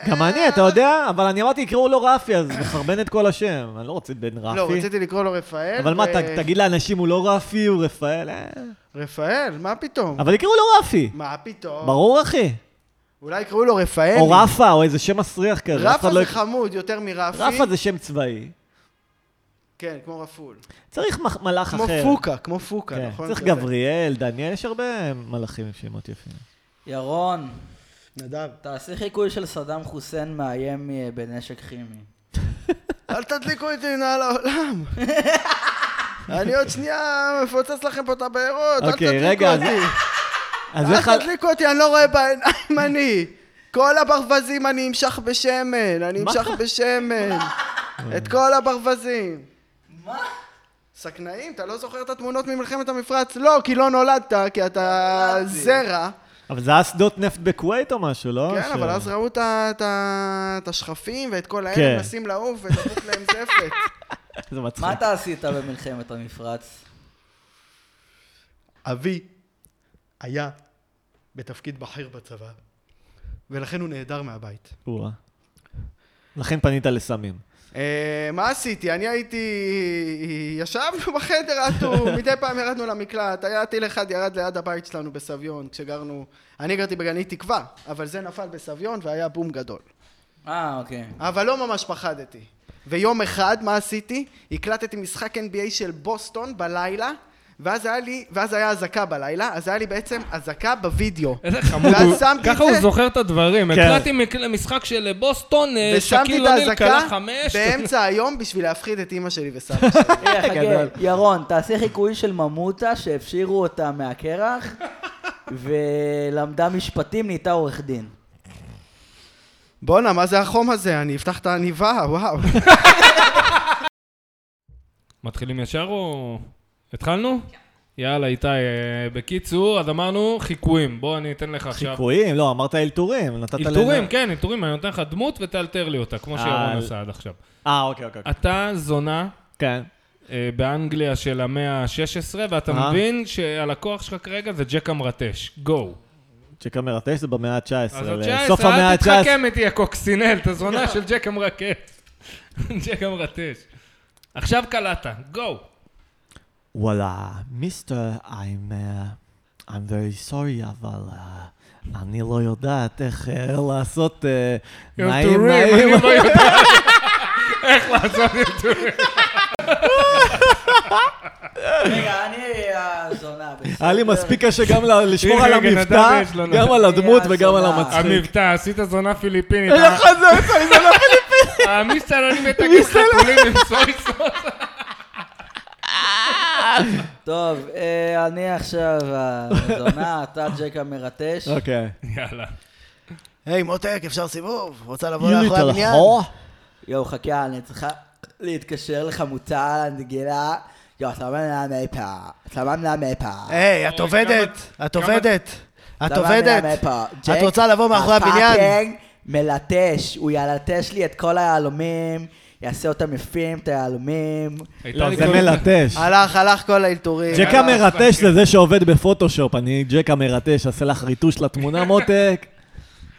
גם אני, אתה יודע, אבל אני אמרתי, יקראו לו רפי, אז מחרבן את כל השם. אני לא רוצה בן לא, רפי. רציתי לקרוא לו רפאל. אבל מה, ו- ת- תגיד לאנשים, הוא לא רפי, הוא רפאל. אה. רפאל, מה פתאום? אבל יקראו לו רפי. מה פתאום? ברור, אחי. אולי יקראו לו רפאל. או רפה, או איזה שם מסריח כזה. אף רפה אחד לא זה יק- חמוד יותר מרפי. רפה זה שם צבאי. כן, כמו רפול. צריך מח- מלאך כמו אחר. פוקה, כמו פוקה, כן, נכון? צריך כזה. גבריאל, דניאל, יש הרבה מלאכים עם שמות יפים. ירון, נדב. תעשי חיקוי של סדאם חוסיין מאיים אה, בנשק כימי. אל תדליקו איתי נעל העולם. אני עוד שנייה מפוצץ לכם פה את הבארות, אל אוקיי, תדליקו רגע, אז- אותי. אז איך... אל ה- תדליקו אותי, אני לא רואה בעיניים אני. כל הברווזים אני אמשך בשמן, אני מה? אמשך בשמן. את כל הברווזים. מה? סכנאים? אתה לא זוכר את התמונות ממלחמת המפרץ? לא, כי לא נולדת, כי אתה זרע. אבל זה היה שדות נפט בכווית או משהו, לא? כן, ש- אבל אז ראו את ה- את ה- את השכפים ואת כל כן. האלה מנסים לעוף ולתת להם זפת. זה מה מצחיק. אתה עשית במלחמת המפרץ? אבי היה בתפקיד בכיר בצבא, ולכן הוא נעדר מהבית. אורה. לכן פנית לסמים. אה, מה עשיתי? אני הייתי... ישבנו בחדר אטום, מדי פעם ירדנו למקלט, היה טיל אחד ירד ליד הבית שלנו בסביון, כשגרנו... אני גרתי בגני תקווה, אבל זה נפל בסביון והיה בום גדול. אה, אוקיי. אבל לא ממש פחדתי. ויום אחד, מה עשיתי? הקלטתי משחק NBA של בוסטון בלילה, ואז היה לי... ואז היה אזעקה בלילה, אז היה לי בעצם אזעקה בווידאו. איזה חמוד ואז הוא, שמתי את ככה הוא זה. זוכר את הדברים. כן. הקלטתי מק- משחק של בוסטון, אה, ושמתי שקיל את אוניל האזעקה קלה חמש. באמצע היום בשביל להפחיד את אימא שלי וסבא שלי. אה, גדול. חכה, ירון, תעשה חיקוי של ממותה שהפשירו אותה מהקרח ולמדה משפטים, נהייתה עורך דין. בואנה, מה זה החום הזה? אני אפתח את העניבה, וואו. מתחילים ישר או... התחלנו? יאללה, איתי, אה, בקיצור, אז אמרנו חיקויים. בוא, אני אתן לך עכשיו. חיקויים, לא, אמרת אלתורים, נתת להם... אלתורים, כן, אלתורים, אני נותן לך דמות ותאלתר לי אותה, כמו שירון אה, עשה עד עכשיו. אה, אוקיי, אוקיי. אוקיי. אתה זונה כן. אה, באנגליה של המאה ה-16, ואתה אה. מבין שהלקוח שלך כרגע זה ג'ק המרטש. גו. צ'ק המרתש זה במאה ה-19. אז סוף ה-19, המאה אל ה-19. תתחכם איתי, הקוקסינל, אתה זונה של ג'ק המרקט. ג'ק המרטש. עכשיו קלעת, גו. וואלה, מיסטר, I'm... uh, I'm very sorry, אבל... uh, אני לא יודעת איך אה, לעשות אה, נעים אלתורים, נעים. אני לא יודע איך לעשות אלתורים. רגע, אני הזונה. בסדר. היה לי מספיק קשה גם ל- לשמור על הנה, רגע, המבטא, נדב יש לנו. גם על הדמות אה, וגם על זונה. המצחיק. המבטא, עשית זונה פיליפינית. איך זה יצא לי? זה לא המיסטר, אני מתקן חתולים עם סוי סוס. טוב, אה, אני עכשיו הזונה, אתה ג'ק המרטש. אוקיי. יאללה. היי, מותק, אפשר סיבוב? רוצה לבוא לאחורי יולי הבניין? תלחור? יואו, חכה, אני צריכה להתקשר לחמותה, לנגילה. יואו, סמן מהמפה. סמן מהמפה. היי, את אוי, עובדת, אה, כמה- את עובדת, את סמן עובדת. מהמפה. את ג'ק, רוצה לבוא מאחורי הבניין? הפאקינג מלטש. הוא ילטש לי את כל היהלומים, יעשה אותם יפים, את היהלומים. הייתה אה, לא, לי זה כל- מלטש. הלך, הלך כל האלתורים. ג'ק המרטש זה זה שעובד בפוטושופ, אני ג'ק המרטש, אעשה לך ריטוש לתמונה מותק.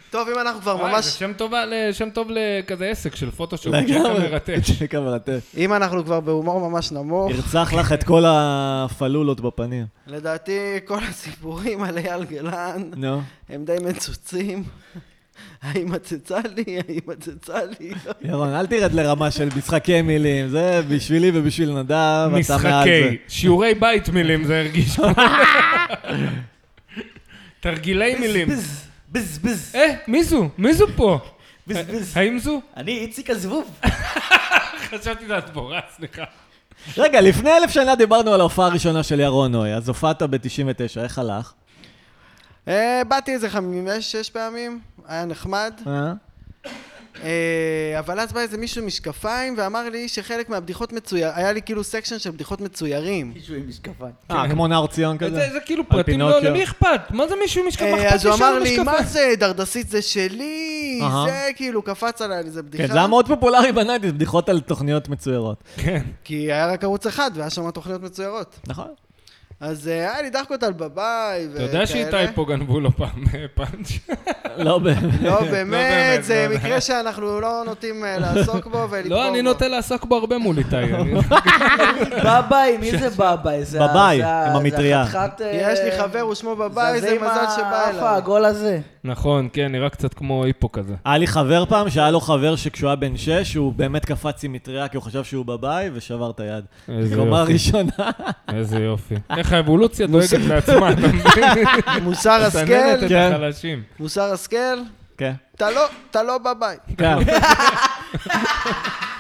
טוב, אם אנחנו כבר וואי, אה, זה ממש... שם טוב ל- שם טוב לכזה עסק של פוטושופ, ג'ק לגמרי. המרטש. ג'ק המרטש. אם אנחנו כבר בהומור ממש נמוך, ירצח לך את כל הפלולות בפנים. לדעתי כל הסיפורים על אייל גלן נו. הם די מצוצים. האם מצצה לי? האם מצצה לי? ירון, אל תרד לרמה של משחקי מילים, זה בשבילי ובשביל נדב, אתה מעל זה. משחקי, שיעורי בית מילים זה הרגיש. כמו. תרגילי מילים. בז, בז, בז, אה, מי זו? מי זו פה? בז, בז. האם זו? אני איציק הזבוב. חשבתי זה הדבורה, סליחה. רגע, לפני אלף שנה דיברנו על ההופעה הראשונה של ירון נוי, אז הופעת ב-99, איך הלך? אה, באתי איזה חמש, שש פעמים, היה נחמד. אה? אה, אבל אז בא איזה מישהו עם משקפיים ואמר לי שחלק מהבדיחות מצויר... היה לי כאילו סקשן של בדיחות מצוירים. מישהו עם משקפיים. אה, כמו נער ציון כזה? זה זה כאילו על פרטים, לא, פינוקיו. למי אכפת? מה זה מישהו עם משקפיים? אה, אכפת אז הוא לי שם אמר לי, משקפיים. מה זה, דרדסית זה שלי, אהה. זה כאילו קפץ עליי, זה בדיחה. כן, זה היה מאוד פופולרי בנייטיז, בדיחות על תוכניות מצוירות. כן. כי היה רק ערוץ אחד והיה שם תוכניות מצוירות. נכון. אז אה, היה לי דחקות על בביי אתה וכאלה. יודע שאיתי פה גנבו לו פעם אה, פאנץ'? לא באמת. לא באמת, באמת, זה לא באמת. מקרה שאנחנו לא נוטים אה, לעסוק בו ולקרוא לא, אני נוטה לעסוק בו הרבה מול איתי. אני- בבאי, מי זה בבאי? זה ה- בבאי, זה ה- עם המטריה. זה החתיכת... אה, יש לי חבר, הוא שמו בבית, זה עם מזל שבא האף אליי. העגול הזה. נכון, כן, נראה קצת כמו היפו כזה. היה לי חבר פעם שהיה לו חבר שכשהוא היה בן שש, הוא באמת קפץ עם מטריה כי הוא חשב שהוא בבאי ושבר את היד. איזה קומה יופי. ראשונה. איזה יופי. איך האבולוציה דואגת לעצמה, אתה מבין? מוסר מסננת את השכל, כן. החלשים. מוסר השכל, כן. אתה לא, אתה לא בבית. כן.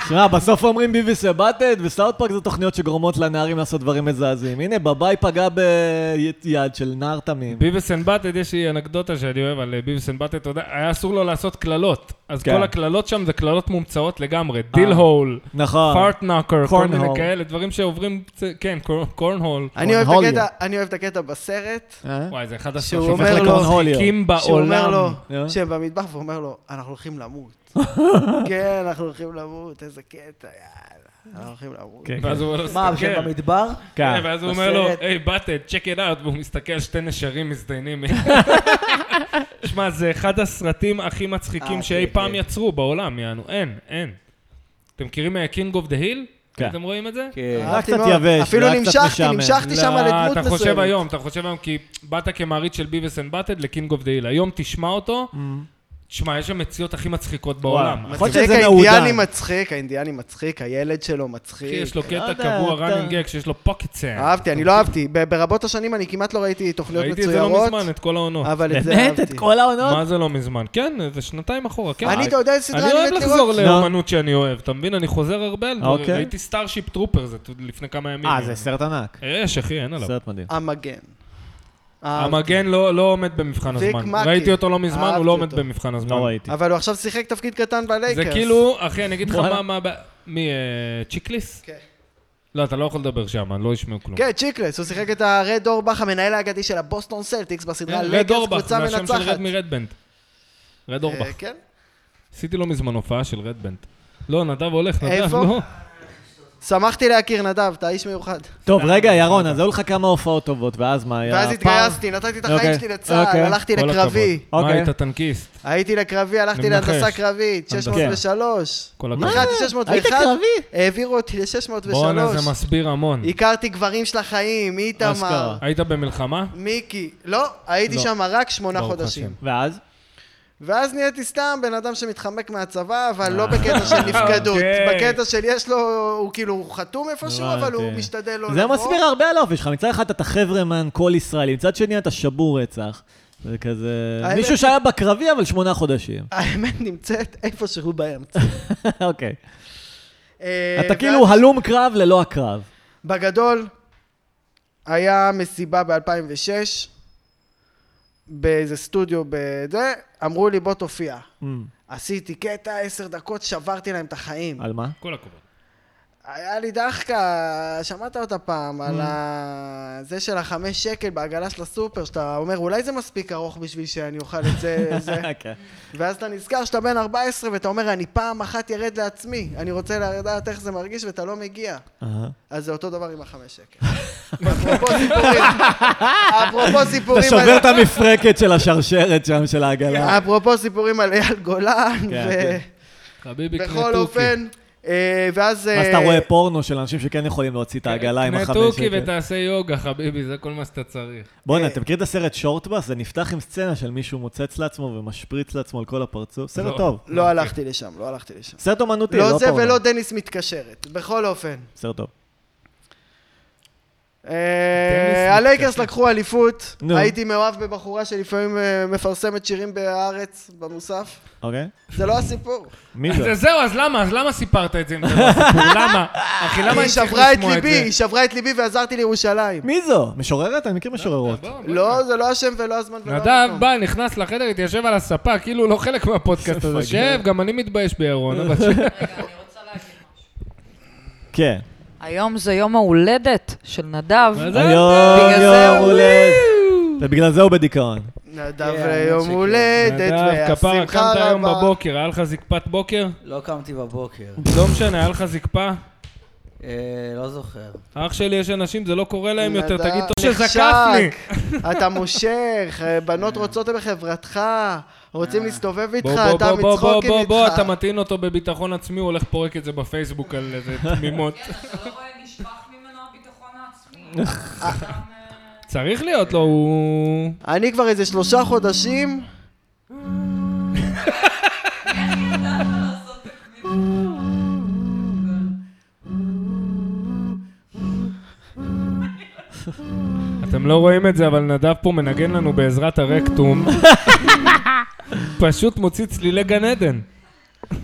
שמע, בסוף אומרים ביבי סבתד, וסאוט פארק זה תוכניות שגורמות לנערים לעשות דברים מזעזעים. הנה, בבאי פגע ביד של נער תמים. ביבס אנד באטד, יש לי אנקדוטה שאני אוהב על אה, ביבס אנד באטד, אתה יודע, היה אסור לו לעשות קללות. אז כן. כל הקללות שם זה קללות מומצאות לגמרי. אה. דיל הול, נכון. פארט נאקר, כל Corn מיני hole. כאלה, דברים שעוברים, כן, קורן הול. אני אוהב הוליו. את הקטע- אני אוהב את הקטע בסרט, אה? וואי, זה אחד שהוא הסרטים אומר לו- המצחיקים שהוא אומר בעולם. לו, נו. שהם במטבח, והוא אומר לו, אנחנו הולכים למות. כן, אנחנו הולכים למות, איזה קטע, יאללה, אנחנו הולכים למות. כן, ואז הוא אומר לו, מה, "תסתכל." שם במדבר? כן, כן. ואז הוא אומר לו, בסרט. היי, באטד, צ'ק איט אאוט, והוא מסתכל, שתי נשרים מזדיינים. שמע, זה אחד הסרטים הכי מצחיקים אה, שאי כן, פעם כן. יצרו בעולם, יענו, אין, אין. אתם מכירים אה, קינג אוף דה היל? כן. אתם רואים את זה? כן. רק אהבתי קצת מאוד. יבש, אפילו רק קצת נמשכתי, משעמם. נמשכתי שם לדמות לא, אתה מסוימת. חושב היום, אתה חושב היום, כי באת כמעריץ של ביבס אנד באטד לקינג אוף דה היל. היום תשמע אותו, תשמע, יש שם מציאות הכי מצחיקות בעולם. יכול להיות מצחיק, שזה האינדיאני מעודן. מצחיק, האינדיאני מצחיק, הילד שלו מצחיק. אחי, יש לו לא קטע יודע, קבוע, אתה- אה, running gag, שיש לו פוקט סאנד. אהבתי, אני לא אהבתי. ב- ברבות השנים אני כמעט לא ראיתי תוכניות ראיתי את זה לא מצוירות, מזמן, את כל העונות. אבל את זה באמת? אהבתי. את כל העונות? מה זה לא מזמן? כן, זה שנתיים אחורה, כן. אני, אתה יודע איזה סדרה אני אוהב מת לחזור לראות? לאמנות שאני אוהב, אתה מבין? אני חוזר הרבה על דברים. לא. אוקיי. ראיתי סטארשיפ טרופר, זה לפני כמה ימים. אה, זה סרט ענק. יש, אחי, אין עליו. סרט מדהים. המגן. אהבתי. המגן לא לא עומד במבחן ויק הזמן. מקי. ראיתי אותו לא מזמן, הוא אהבתי לא עומד אותו. במבחן הזמן. לא ראיתי. אבל הוא עכשיו שיחק תפקיד קטן בלייקרס. זה כאילו, אחי, אני אגיד לך וואלה. מה, מה, הבע- מי, אה, צ'יקליס? כן. לא, אתה לא יכול לדבר שם, לא ישמעו כלום. כן, צ'יקלס, הוא שיחק את הרד אורבך, המנהל האגדי של הבוסטון סלטיקס בסדרה רד לייקרס, אורבך, זה קבוצה השם של מנצחת. רד מרדבנד. רד אה, אורבך. כן. עשיתי לא מזמן הופעה של רדבנד. לא, נדב הולך, נדב איפה? לא. שמחתי להכיר, נדב, אתה איש מיוחד. אה, טוב, רגע, ירון, אז היו לך כמה הופעות טובות, ואז מה היה? ואז פעם? התגייסתי, נתתי את החיים אוקיי, שלי אוקיי. לצה"ל, הלכתי כל לקרבי. הכבוד. מה, אוקיי. היית טנקיסט? הייתי לקרבי, הלכתי למנחש. להנדסה קרבית, הנדסה. 603. כל הכבוד. אחת אה, היית 601, קרבי? העבירו אותי ל-603. בואנה, זה מסביר המון. הכרתי גברים של החיים, איתמר, אשכרה. היית במלחמה? מיקי. לא, הייתי לא. שם רק שמונה ברוך חודשים. השם. ואז? ואז נהייתי סתם בן אדם שמתחמק מהצבא, אה. אבל לא בקטע של נפקדות. אוקיי. בקטע של יש לו, הוא כאילו הוא חתום איפשהו, אבל הוא הבנתי. משתדל לא זה לבוא. מסביר הרבה על האופי שלך. מצד אחד אתה חברמן, כל ישראלי, מצד שני אתה שבור רצח. זה כזה... האמת- מישהו שהיה בקרבי, אבל שמונה חודשים. האמת נמצאת איפשהו באמצע. אוקיי. אה, אתה ואז- כאילו הלום קרב ללא הקרב. בגדול, היה מסיבה ב-2006, באיזה סטודיו בזה, אמרו לי בוא תופיע. Mm. עשיתי קטע, עשר דקות, שברתי להם את החיים. על מה? כל הכבוד. היה לי דחקה, שמעת אותה פעם, Mm. על ה... זה של החמש שקל בעגלה של הסופר, שאתה אומר, אולי זה מספיק ארוך בשביל שאני אוכל את זה, זה. כן. ואז אתה נזכר שאתה בן 14 ואתה אומר, אני פעם אחת ירד לעצמי, אני רוצה לדעת איך זה מרגיש ואתה לא מגיע. אהה. אז זה אותו דבר עם החמש שקל. אפרופו סיפורים, אפרופו אתה סיפורים שובר על... את המפרקת של השרשרת שם, של אה, העגלה. אפרופו סיפורים על אייל גולן, כן, ו- חביבי, קנה בכל תוכי. אופן, אה, ואז... ואז אה, אתה רואה פורנו של אנשים שכן יכולים להוציא את העגלה עם קנה החמש כן, אוקיי. תוכי אה. שקל. ותעשה יוגה, חביבי, זה כל מה שאתה צריך. בואנה, אתה מכיר את הסרט שורטבאס? זה נפתח עם סצנה של מישהו מוצץ לעצמו ומשפריץ לעצמו על כל הפרצוף. סרט לא. טוב. לא הלכתי לשם, לא הלכתי לשם. סרט אומנותי, לא לא פורנו. זה ולא דניס מתקשרת, בכל אופן. סרט טוב. אה, הלייקרס לקחו אליפות, נו. הייתי מאוהב בבחורה שלפעמים אה, מפרסמת שירים בהארץ, במוסף. אוקיי? זה לא הסיפור. מי אז זה? זהו, אז למה? אז למה סיפרת את זה אם זה לא הסיפור? למה? אחי, למה היא אני צריך שברה את לשמוע את ליבי, זה? היא שברה את ליבי ועזרתי לירושלים. מי זו? משוררת? אני מכיר משוררות. בוא, בוא. לא, זה לא השם ולא הזמן ולא נדב המקום. בא, נכנס לחדר, התיישב על הספה, כאילו הוא לא חלק מהפודקאסט הזה. שב, גם אני מתבייש בירון, אבל שב. רגע, אני רוצה להגיד משהו. כן. היום זה יום ההולדת של נדב. מזל היום בגלל זה יום הוא- הולדת. ובגלל זה הוא בדיכאון. נדב כן, ליום שכן. הולדת, נדב, כפרה, והשמחה קמת היום רבה. בבוקר, היה לך זקפת בוקר? לא קמתי בבוקר, לא משנה, היה לך זקפה? אה, לא זוכר. אח שלי, יש אנשים, זה לא קורה להם יותר, נדב, תגיד, טוב שזקפני. נחשק, אתה מושך, אה, בנות רוצות בחברתך, רוצים להסתובב איתך, בוא, בוא, אתה בוא, בוא, בוא, מצחוקים בוא, בוא, אתה איתך. מטעין אותו בביטחון עצמי, הוא הולך פורק את זה בפייסבוק על איזה תמימות. אתה לא רואה נשפך ממנו הביטחון העצמי. אה, צריך להיות לו, הוא... אני כבר איזה שלושה חודשים, אתם לא רואים את זה, אבל נדב פה מנגן לנו בעזרת הרקטום. פשוט מוציא צלילי גן עדן. די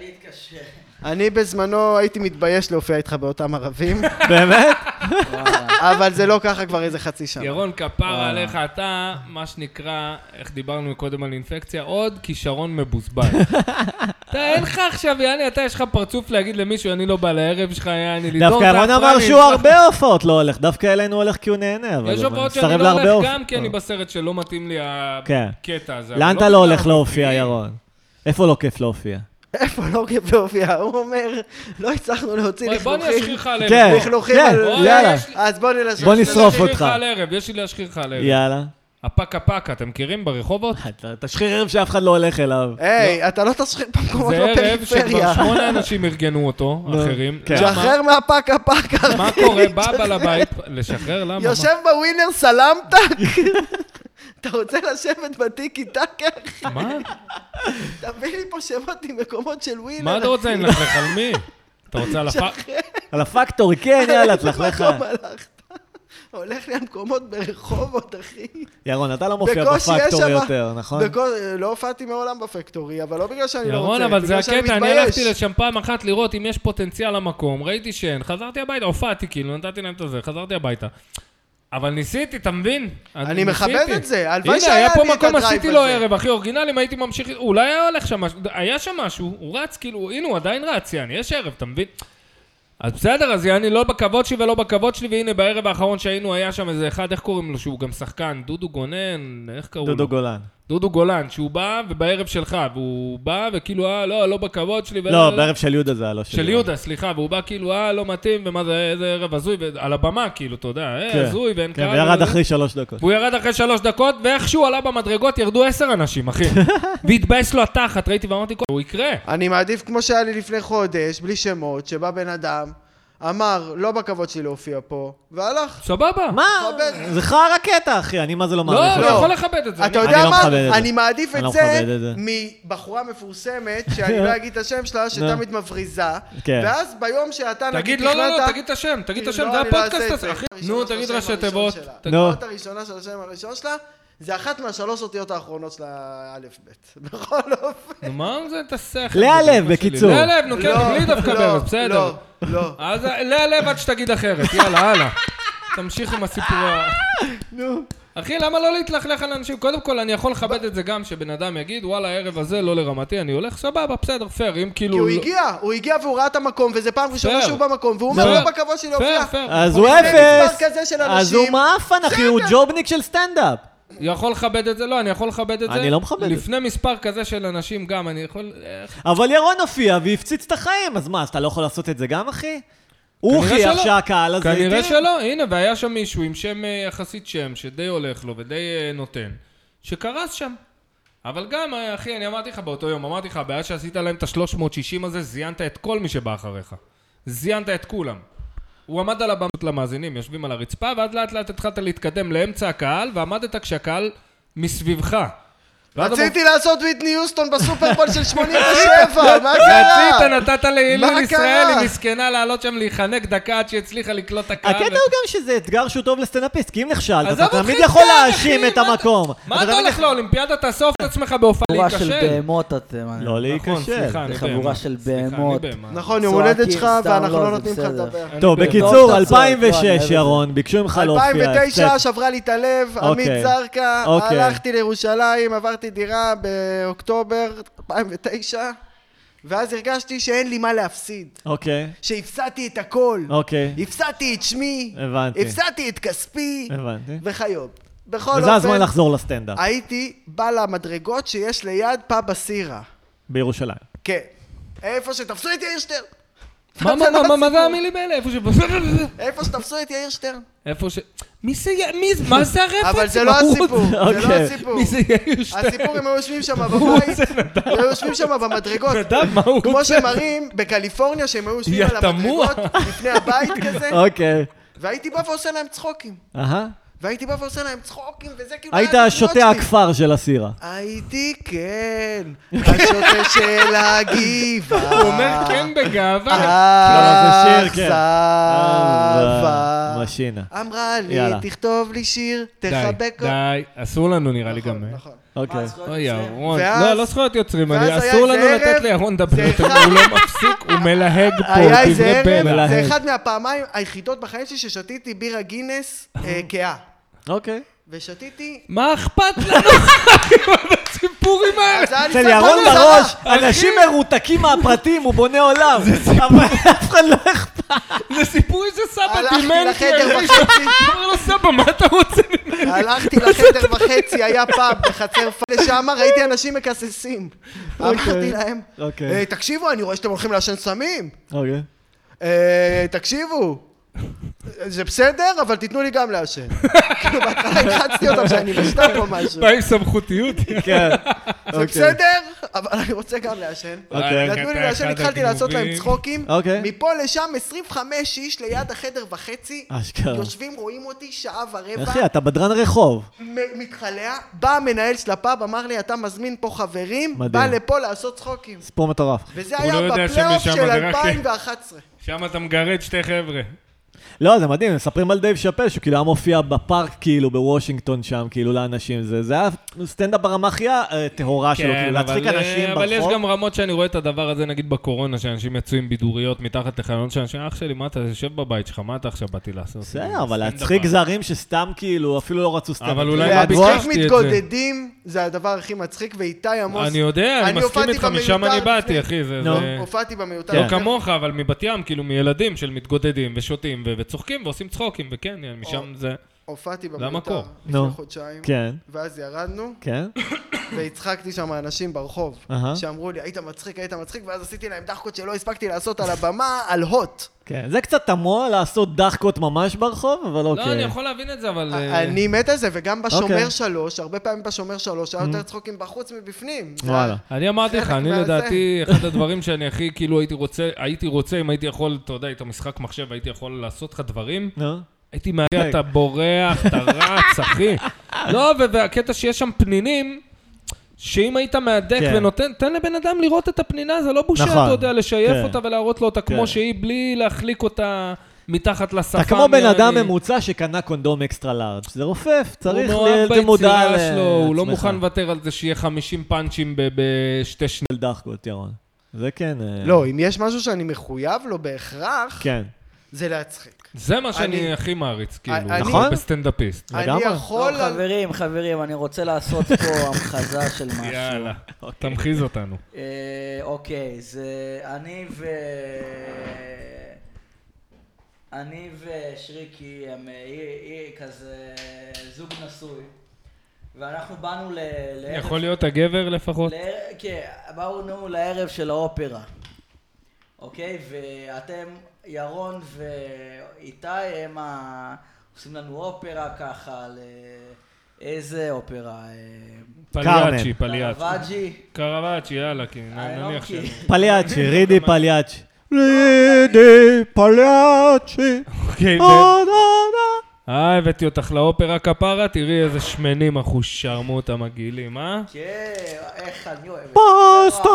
להתקשר. אני בזמנו הייתי מתבייש להופיע איתך באותם ערבים, באמת? אבל זה לא ככה כבר איזה חצי שנה. ירון, כפרה עליך, אתה, מה שנקרא, איך דיברנו קודם על אינפקציה, עוד כישרון מבוזבז. אתה, אין לך עכשיו, יעני, אתה, יש לך פרצוף להגיד למישהו, אני לא בא לערב שלך, יעני, לידור דווקא ירון אמר זעפרני, שהוא יש לך- הרבה הופעות לא הולך, דווקא אלינו הולך כי הוא נהנה, אבל יש הוא הופעות שאני מסרב לא להרבה הולך הופעות. גם כי אני בסרט שלא מתאים לי כן. הקטע הזה. אבל לאן אתה לא כולם הולך להופיע, מבינים. ירון? איפה לא כיף להופיע? איפה לא כיף להופיע? הוא אומר, לא הצלחנו להוציא בואי, בוא אני לכלוכים. אשחיר לך על ערב. כן, לכלוכים כן, על- אוי, יאללה, יש לי- אז בוא נלך. בוא יש לי נשרוף להשחיר אותך. לך על ערב, יש לי להשחיר לך על ערב. יאללה. אה, הפקה פקה, אתם מכירים ברחובות? אתה- תשחיר ערב שאף אחד לא הולך אליו. היי, אתה לא תשחיר במקומות זה ערב בפריפריה. שכבר שמונה אנשים ארגנו אותו, נו, אחרים. כן. למה? שחרר מהפקה פקה. מה קורה? בא בעל הבית, לשחרר? למה? יושב בווינר סלמטק? אתה רוצה לשבת בתיקי טקר? מה? מה? תביא לי פה שמות ממקומות של ווינר. מה אתה רוצה? אני אלכלך על מי? אתה רוצה על הפ... על הפקטורי, כן, יאללה, תלכלך. למקום הלכת. הולך לי למקומות ברחובות, אחי. ירון, אתה לא מופיע בקושי יש בפקטורי שם- יותר, נכון? בקו- לא הופעתי מעולם בפקטורי, אבל לא בגלל שאני לא רוצה, ירון, אבל זה בגלל שאני הקטע, אני מתבייש. הלכתי לשם פעם אחת לראות אם יש פוטנציאל למקום, ראיתי שאין, חזרתי הביתה, הופעתי כאילו, נתתי להם את הזה, חזרתי הביתה. אבל ניסיתי, אתה מבין? ניסיתי. אני מכבד את זה, הלוואי הנה, שהיה היה פה לי את מקום, הדרייב עשיתי לו הזה. ערב, אחי, אורגינלים, הייתי ממשיך, אולי היה הולך שם משהו, היה שם משהו, הוא רץ, כאילו, הנה, הוא עדיין רץ, יעני, יש ערב, אתה מבין? אז בסדר, אז יעני, לא בכבוד שלי ולא בכבוד שלי, והנה, בערב האחרון שהיינו, היה שם איזה אחד, איך קוראים לו, שהוא גם שחקן, דודו גונן, איך קראו לו? דודו גולן. דודו גולן, שהוא בא, ובערב שלך, והוא בא, וכאילו, אה, לא, לא בכבוד שלי. ו- לא, בערב של יהודה זה היה לא שלי. של יהודה, סליחה, והוא בא כאילו, אה, לא מתאים, ומה זה, איזה ערב הזוי, ועל הבמה, כאילו, אתה יודע, כן. אה, הזוי, ואין כן, קהל. וירד וזה. אחרי שלוש דקות. והוא ירד אחרי שלוש דקות, ואיכשהו עלה במדרגות, ירדו עשר אנשים, אחי. והתבאס לו התחת, ראיתי ואמרתי, הוא יקרה. אני מעדיף כמו שהיה לי לפני חודש, בלי שמות, שבא בן אדם, אמר, לא בכבוד שלי להופיע פה, והלך. סבבה. מה? מכבד. זה חרא קטע, אחי, אני מה זה לא לא, מעריך. אתה אותו. יכול לכבד את זה. אתה אני- יודע לא מה? מכבד את זה. אני מעדיף אני את לא זה מכבד את זה. מבחורה מפורסמת, שאני לא אגיד את השם שלה, שתמיד מבריזה, כן. ואז ביום שאתה נגיד תגיד, לא, לא, לא, תכננת- תגיד את השם, תגיד את השם, לא, זה אני לא הפודקאסט אעשה את הזה, זה. אחי. הראשונה נו, של תגיד השם ראשי הראשון תיבות. שלה. תגיד- נו. האות הראשונה של השם הראשון שלה, זה אחת מהשלוש אותיות האחרונות של האלף-בית. בכל אופן. נו, מה זה את השכל? לאה הזה, לב, אמא שלי? בקיצור. לאה לב, נו, כן, לא, בלי דווקא לא, ברז, בסדר. לא, לא. אז לאה לב עד שתגיד אחרת, יאללה, הלאה. תמשיך עם הסיפור ה... נו. אחי, למה לא להתלכלך על אנשים? קודם כל, אני יכול לכבד את זה גם, שבן אדם יגיד, וואלה, הערב הזה לא לרמתי, אני הולך, סבבה, בסדר, פייר, אם כאילו... כי הוא לא- הגיע, הוא הגיע והוא ראה את המקום, וזה פעם ראשונה פייר. שהוא במקום, והוא פייר, אומר לא בכבוד שלי פייר, להופיע. פייר. אז הוא לפני מספר אפס! כזה של אז אנשים- הוא מאפן, אחי, הוא ג'ובניק של סטנדאפ. יכול לכבד את זה? לא, אני יכול לכבד את זה. אני לא מכבד את זה. לפני מספר כזה של אנשים גם, אני יכול... איך- אבל ירון הופיע והפציץ את החיים, אז מה, אז אתה לא יכול לעשות את זה גם, אחי? הוא כנראה הוכיח שלא. שהקהל הזה כן. כנראה איתי. שלא, הנה, והיה שם מישהו עם שם אה, יחסית שם, שדי הולך לו ודי אה, נותן, שקרס שם. אבל גם, אה, אחי, אני אמרתי לך באותו יום, אמרתי לך, הבעיה שעשית להם את ה-360 הזה, זיינת את כל מי שבא אחריך. זיינת את כולם. הוא עמד על הבמות למאזינים, יושבים על הרצפה, ואז לאט לאט התחלת להתקדם לאמצע הקהל, ועמדת כשהקהל מסביבך. ואז הם רציתי לעשות ויטני יוסטון בסופרבול של 87, מה קרה? רצית, נתת להילול מה ישראל, קרה? היא מסכנה לעלות שם להיחנק דקה עד שהצליחה לקלוט את הקהל. הקטע הוא גם שזה אתגר שהוא טוב לסטנדאפיסט, כי אם נכשלת, עזוב אתה אותך תמיד עם יכול טעם, להאשים אחי, את מה אתה- המקום. מה אתה תמיד הולך יכול- לאופיאדה? תאסוף את עצמך בהופעה חבורה של להיכשל. בהמות אתם. לא נכון, להיכשל. סליחה, אני חבורה בהמה. של סליחה, אני בהמות. בהמה. נכון, יום צועקים, הולדת שלך, סתם ואנחנו לא, לא זה נותנים לך בסדר. לדבר. אני טוב, בהמה. בקיצור, לא, אתה צועק, לא, אני אוהב את 2006, זה. ירון, ביקשו ממך להופיע. 2009, הפסדת. שברה לי את הלב, אוקיי. עמית זרקא, אוקיי. הלכתי לירושלים, עברתי דירה באוקטובר 2009, ואז הרגשתי שאין לי מה להפסיד, אוקיי, שהפסדתי את הכל, אוקיי. הפסדתי את שמי, הבנתי. הפסדתי את כספי, הבנתי. וכיום. בכל וזה הזמן אופן, לחזור לסטנדאפ, הייתי בא למדרגות שיש ליד פאב הסירה. בירושלים. כן. איפה שתפסו את יאיר שטרן. מה, זה מה, לא מה, מה, מה זה הסיפור. המילים האלה? איפה ש... איפה שתפסו את יאיר שטרן. איפה ש... מי זה... י- מי זה... מה זה הרפרנס? אבל זה לא עם ההוא? הסיפור, זה לא אוקיי. הסיפור. מי זה יאיר שטרן? הסיפור הם היו יושבים שם בבית, הם היו יושבים שם במדרגות, נדב, מה הוא כמו רוצה? שמראים בקליפורניה שהם היו יושבים יא על תמוה. המדרגות לפני הבית כזה, אוקיי, והייתי בא ועושה להם צחוקים, אהה. והייתי בא ועושה להם צחוקים, וזה כאילו... היית היה הדמות שוטה שלי. הכפר של הסירה. הייתי, כן, השוטה של הגבעה. אה, הוא אומר כן בגאווה. לא, זה שיר, כן. אכזבה. אה, משינה. אמרה לי, יאללה. תכתוב לי שיר, די, תחבק אותי. די, אסור לנו נראה לי גם. נכון, אה. נכון. אוקיי. אוי, ירון. ואז- לא, לא זכויות יוצרים, אני- ואז היה אסור לנו איזה לתת ערב- לירון לדבר זה יותר, אחד- הוא לא מפסיק, הוא מלהג פה, היה הוא איזה דברי בלע. ערב, זה מלהג. אחד מהפעמיים היחידות בחיים שלי ששתיתי בירה גינס אה, כהה. אוקיי. ושתיתי... מה אכפת לנו עם הסיפורים האלה? אז היה לי אצל סרטן ירון בצבא. בראש, אה, אנשים מרותקים מהפרטים, הוא בונה עולם. אבל אף אחד לא אכפת. זה סיפור איזה סבא הלכתי דימנטי. לחדר אחי. וחצי, אומר לו, סבא, מה אתה רוצה ממני? הלכתי לחדר וחצי, היה פאב בחצר פאב לשם, ראיתי אנשים מקססים. אמרתי להם, אוקיי. "אה, תקשיבו, אני רואה שאתם הולכים לעשן סמים. אוקיי. אה, תקשיבו, זה בסדר, אבל תיתנו לי גם לעשן. כאילו, בהתחלה הלחצתי אותם שאני משת"פ או משהו. בא עם סמכותיות. כן. אה, זה בסדר, אבל אני רוצה גם לעשן. אוקיי. נתנו לי לעשן, התחלתי לעשות להם צחוקים. אוקיי. מפה לשם 25 איש ליד החדר וחצי. אשכרה. יושבים, רואים אותי שעה ורבע, אחי, אתה בדרן רחוב. מ- מתחלע. בא המנהל של הפאב, אמר לי, אתה מזמין פה חברים, מדהים. בא לפה לעשות צחוקים. ספור מטורף. וזה הוא לא היה יודע בפלייאוף שמשם של הדרך, כן. 2011. שם אתה מגרד שתי חבר'ה. לא, זה מדהים, מספרים על דייב שאפל, שהוא כאילו היה מופיע בפארק, כאילו, בוושינגטון שם, כאילו, לאנשים. זה זה היה סטנדאפ ברמה הכי אה, טהורה שלו, כאילו, להצחיק כן, אבל, אנשים אה, ברחוב. אבל יש גם רמות שאני רואה את הדבר הזה, נגיד בקורונה, שאנשים יצאו עם בידוריות מתחת לחלון של אנשים, אח שלי, מה אתה יושב בבית שלך, מה אתה עכשיו באתי לעשות? בסדר, אבל סטנדאפ. להצחיק זרים שסתם, כאילו, אפילו לא רצו סטנדאפ. אבל אולי מה גבוהה? להצחיק ביקשתי אה, את זה. מתגודדים, זה הדבר הכי מצחיק, ואיתי עמוס... אני יודע, אני אני מסכים הופעתי איתך, משם במיותר אני באתי, לפני- אחי, זה... נו. זה- הופעתי במיותר. לא כן. כמוך, אבל מבת ים, כאילו מילדים של מתגודדים ושותים ו- וצוחקים ועושים צחוקים, וכן, יעני, משם או. זה... לא, הופעתי למקור. במיותר נו. לפני חודשיים, כן, ואז ירדנו, כן. והצחקתי שם אנשים ברחוב, אהה. שאמרו לי, היית מצחיק, היית מצחיק, ואז עשיתי להם דחקות שלא הספקתי לעשות על הבמה, על הוט. כן, זה קצת תמוה לעשות דחקות ממש ברחוב, אבל אוקיי. לא, אני יכול להבין את זה, אבל... אה, אני מת על זה, וגם בשומר אוקיי. Mm-hmm. שלוש, הרבה פעמים בשומר שלוש, היה יותר צחוקים בחוץ מבפנים. זה וואלה. היה- אני אמרתי לך, חלק אני מהזה. לדעתי, אחד הדברים שאני הכי, כאילו, הייתי רוצה, הייתי רוצה, אם הייתי יכול, אתה יודע, את המשחק מחשב, הייתי יכול לעשות לך דברים, נו. הייתי כן. מהגע, אתה בורח, אתה רץ, אחי. לא, ו- והקטע שיש שם פנינים, שאם היית מהדק כן. ונותן, תן לבן אדם לראות את הפנינה, זה לא בושה, נכון. אתה יודע, לשייף כן. אותה ולהראות לו אותה כן. כמו שהיא, בלי להחליק אותה מתחת לשפם. אתה כמו בן יעני. אדם ממוצע שקנה קונדום אקסטרה לארג'. זה רופף, צריך הוא מאוהב להיות מודע לעצמך. ביצירה שלו, הוא לא מוכן לוותר על זה שיהיה 50 פאנצ'ים ב- בשתי שניות. של דחקות, ירון. זה כן... אה, לא, אם יש משהו שאני מחויב לו בהכרח, כן. זה להצחיק. זה מה שאני אני- הכי מעריץ, כאילו, אני- נכון? בסטנדאפיסט. אני לגמרי. יכול... טוב, חברים, חברים, אני רוצה לעשות פה המחזה של משהו. יאללה, אוקיי. תמחיז אותנו. אה, אוקיי, זה אני ו... אני ושריקי הם אה, אה, אה, כזה זוג נשוי, ואנחנו באנו ל... לערב- יכול להיות הגבר לפחות? לערב- כן, באנו לערב של האופרה, אוקיי? ואתם, ירון ואיתי, הם ה... עושים לנו אופרה ככה, על אה, איזה אופרה? אה, פליאצ'י, פליאצ'י. קרוואג'י? קרוואצ'י, יאללה, כי נ- אני לא נניח ש... מכיר. פליאצ'י, לא רידי פליאצ'י. רידי פליאצ'י. אוקיי, אה, אה, אה. אה, הבאתי אותך לאופרה כפרה, תראי איזה שמנים אחושרמוטה מגעילים, אה? כן, איך אני אוהב את זה. פסטה,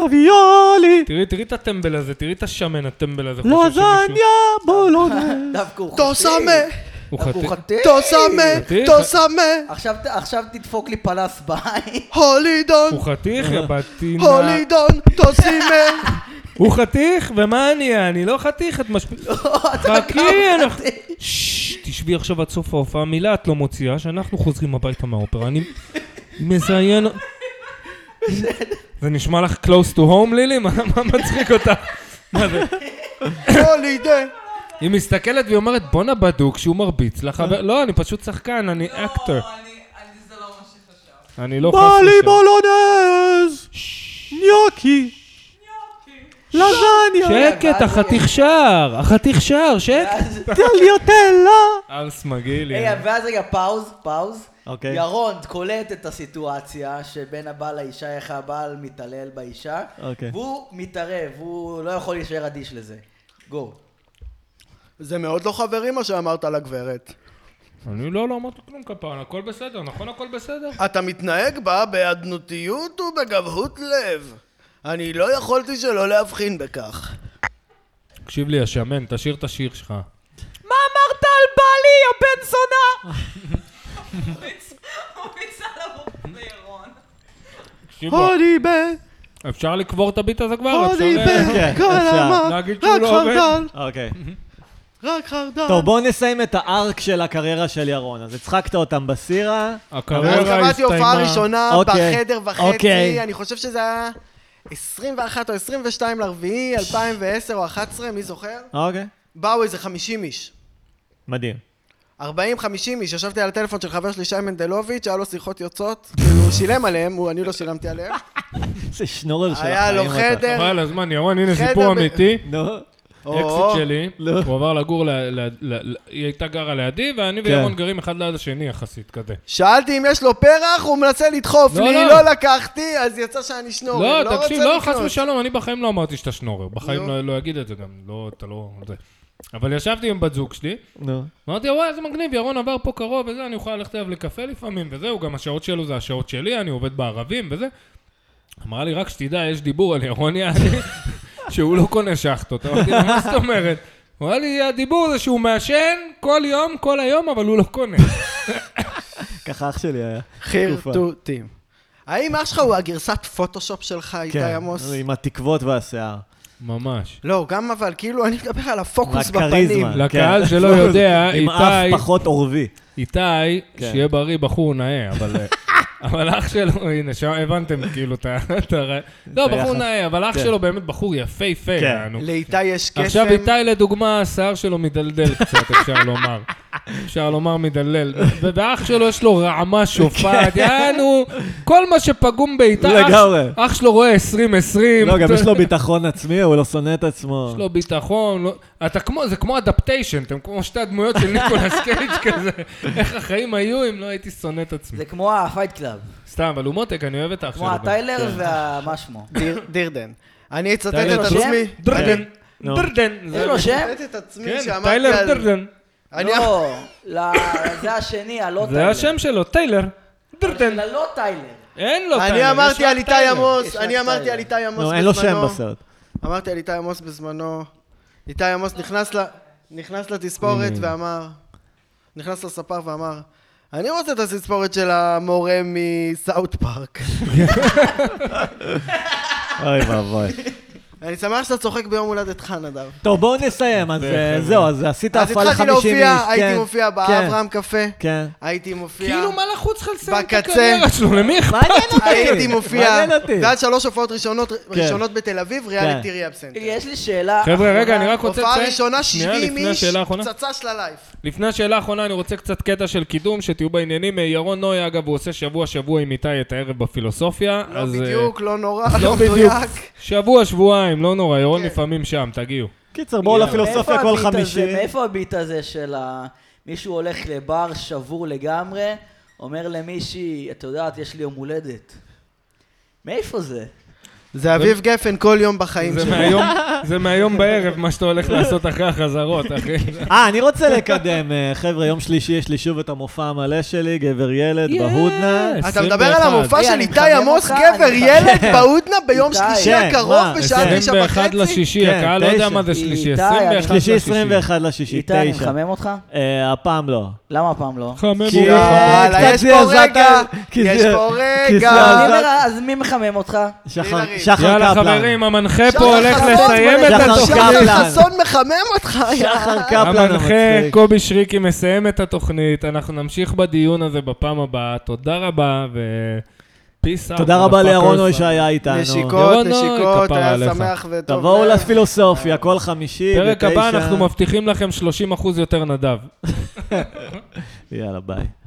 רביולי, תראי, תראי את הטמבל הזה, תראי את השמן הטמבל הזה. לא, חושב שמישהו- לזניה, בולונה. דווקא הוא חטא. תוסמה! הוא דווקא הוא חתיך. חטא. תוסמה! חתיך. תוסמה! עכשיו ת- עכשיו תדפוק לי פנס בעין. הולידון! הוא חתיך, יא בתינה. הולידון! תוסימה! הוא חתיך, ומה אני? אני לא חתיך, את משפיל... חכי, אנחנו... ששש, תשבי עכשיו עד סוף ההופעה, מילה את לא מוציאה, שאנחנו חוזרים הביתה מהאופרה. אני מזיין... זה נשמע לך close to home, לילי? מה מה מצחיק אותך? מה זה? הולידון! היא מסתכלת והיא אומרת, בואנה בדוק שהוא מרביץ לך. כן. אבל- לא, אני פשוט שחקן, אני אקטור. לא, אני- אני- זה לא מה שחשבתי. אני לא חס בלי ושלום. בולונז, ניוקי, לזניה, שקט, החתיך שער, החתיך שער, שקט. ואז- טליוטלה. ארס מגעיל. רגע, ואז רגע, פאוז, פאוז. אוקיי. ירון קולט את הסיטואציה שבין הבעל לאישה, איך הבעל מתעלל באישה. אוקיי. והוא מתערב, הוא לא יכול להישאר אדיש לזה. גו. זה מאוד לא חברי מה שאמרת לגברת. אני לא, לא אמרתי כלום כפרה, הכל בסדר, נכון הכל בסדר? אתה מתנהג בה באדנותיות ובגבהות לב. אני לא יכולתי שלא להבחין בכך. תקשיב לי, השמן, תשאיר את השיר שלך. מה אמרת על בלי, יא בן זונה? הוא ניסה לבוא בירון. תקשיב, הודי בן, אפשר לקבור את הביט הזה כבר? הודי אפשר אה, כן. בן, כל המה, להגיד שהוא רק לא עובד? חרדל. אוקיי. רק חרדל. טוב, בואו נסיים את הארק של הקריירה של ירון. אז הצחקת אותם בסירה. הקריירה אני הסתיימה. קבעתי הופעה ראשונה אוקיי. בחדר וחצי, אוקיי. אני חושב שזה היה 21 או 22 לרביעי, 2010 או 11, מי זוכר? אוקיי. באו איזה 50 איש. מדהים. 40-50 איש, ישבתי על הטלפון של חבר שלי שי מנדלוביץ', היה לו שיחות יוצאות, כאילו הוא שילם עליהם, הוא- אני לא שילמתי עליהם. איזה שנורר של החיים. היה לו אתה. חדר, חבל הזמן, ירון, הנה חדר סיפור ב- אמיתי. נו, או, אקסיט שלי, לא. הוא עבר לגור, ל- ל- ל- ל- היא הייתה גרה לידי, כן. ואני וירון גרים אחד ליד השני יחסית, כזה. שאלתי אם יש לו פרח, הוא מנסה לדחוף לא, לי, לא. לא לקחתי, אז יצא שאני שנור, לא, לא רוצה תקשיב, לא, חס לקנות. ושלום, אני בחיים לא אמרתי שאתה שנורר. בחיים לא- לא אגיד את זה גם, לא, אתה לא... זה. אבל ישבתי עם בת זוג שלי, נו. אמרתי, וואי, איזה מגניב, ירון עבר פה קרוב וזה, אני אוכל ללכת אליו לקפה לפעמים, וזהו, גם השעות שלו זה השעות שלי, אני עובד בערבים וזה. אמרה לי, רק שתדע, יש דיבור על ירון יעני, שהוא לא קונה שחטות. אמרתי, לו, מה זאת אומרת? הוא אמר לי, הדיבור זה שהוא מעשן כל יום, כל היום, אבל הוא לא קונה. ככה אח שלי היה. תקופה. חרטוטים. האם אח שלך הוא הגרסת פוטושופ שלך, איתי כן, עמוס? עם התקוות והשיער. ממש. לא, גם אבל, כאילו, אני מדבר על הפוקוס בפנים. והכריזמה. לקהל כן. שלא יודע, עם איתי- אף פחות עורבי. איתי, כן. שיהיה בריא, בחור נאה, אבל... אה, אבל אח שלו, הנה, שם הבנתם כאילו את ה... את ה- לא, את בחור היחס. נאה, אבל אח כן. שלו באמת בחור יפהפה, כן. יענו. לאיתי יש קסם. עכשיו איתי לדוגמה, השיער שלו מדלדל קצת, אפשר לומר. אפשר לומר מדלל. ו- ואח שלו יש לו רעמה שופעת, יענו, כל מה שפגום באיתי, אח- כן. לגמרי. אח שלו רואה 2020. לא, גם יש לו ביטחון עצמי, הוא לא שונא את עצמו. יש לו ביטחון, לא... אתה כמו, זה כמו אדפטיישן, אתם כמו שתי הדמויות של ניקולס קייג' כזה, איך החיים היו אם לא הייתי שונא את עצמי. זה כמו הפייט קלאב. סתם, אבל הוא מותק, אני אוהב את האח שלו. כמו גם. הטיילר ומה שמו. דיר- דירדן. אני אצטט טיילר את דרדן? עצמי. דרדן, נו. דרדן. יש זה- לו שם? אצטט את עצמי כן, שאמרתי טיילר על... לא דרדן. אני אח- לא, ל- זה השני, הלא טיילר. זה השם שלו, טיילר. דרדן. של הלא טיילר. אין לו טיילר. אני יש אמרתי רק על איתי טיילר. עמוס, רק אני אמרתי טיילר. על איתי עמוס בזמנו. נו, לא, אין לו שם בסרט. אמרתי על איתי עמוס בזמנו. איתי עמוס נכנס ל- נכנס לתספורת Mm. ואמר... נכנס לספר ואמר... אני רוצה את התספורת של המורה מסאוט פארק. אוי ואבוי. אני שמח שאתה צוחק ביום הולדתך, נדב. טוב, בואו נסיים, אז אה, בהחלט. זהו, אז עשית אז הפעל התחלתי 50 איש. להופיע, כן, הייתי מופיע באברהם קפה, כן. הייתי מופיע... כאילו, מה לחוץ לך לסיים את בקצה. הקריירה שלו? למי אכפת? מעניין אותי. הייתי מופיע, מעניין אותי. זה היה שלוש הופעות ראשונות, ראשונות בתל אביב, ריאליטי כן. ריאבסנט. יש לי שאלה. חבר'ה, רגע, אחרונה. אני רק רוצה הופעה לציין... ראשונה, שנייה, 70 לפני איש, השאלה האחרונה. פצצה של הלייף. לפני השאלה האחרונה, אני רוצה קצת קטע של קידום, שתהיו בעניינים. אה, ירון נוי, אגב, הוא עושה שבוע-שבוע עם איתי את הערב בפילוסופיה. לא אז, אה, בדיוק, לא נורא, לא לא בדיוק. מדויק. שבוע, שבועיים, לא נורא, ירון כן. לפעמים שם, תגיעו. קיצר, בואו מאיפה לפילוסופיה כל הביט הזה- חמישי. מאיפה הביט הזה של ה... מישהו הולך לבר שבור לגמרי, אומר למישהי, את יודעת, יש לי יום הולדת. מאיפה זה? זה אביב גפן כל יום בחיים זה שלו. מהיום, זה מהיום בערב, מה שאתה הולך לעשות אחרי החזרות, אחי. כן. אה, אני רוצה לקדם, אה, חבר'ה, יום שלישי יש לי שוב את המופע המלא שלי, גבר ילד, בהודנה. אתה מדבר על 21. המופע רגע, של אני איתי מחמם עמוס, אותך, גבר אני מחמם. ילד, בהודנה ביום איתי. שלישי כן, הקרוב מה, בשעה תשע 21 וחצי? לשישי, כן, הקהל לא תשע. יודע מה זה שלישי, איתי, 21 שלישי, לשישי. 21 לשישי, איתי, אני 9. מחמם אותך? הפעם לא. למה הפעם לא? חמם כי- אה, אותך. יאללה, קצת יש זה פה עזרת- רגע, כי יש זה- פה כי רגע. זה אז עזרת- מי מר- אז מי מחמם אותך? שחר לריב. שחר יאללה קפלן. חברים, המנחה שחר פה הולך חסון, לסיים את שחר התוכנית. קפלן. שחר חסון מחמם אותך, יאללה. שחר קפלן המנחה המצחיק. קובי שריקי מסיים את התוכנית, אנחנו נמשיך בדיון הזה בפעם הבאה. תודה רבה ו... peace out, תודה רבה motherfuckers. לירון שהיה איתנו. נשיקות, ירון נוי, נשיקות, כפרה היה עליך. שמח וטוב. תבואו לב. לפילוסופיה, כל חמישי, אה, פרק הבא בתשע. אנחנו מבטיחים לכם 30% יותר נדב. יאללה, ביי.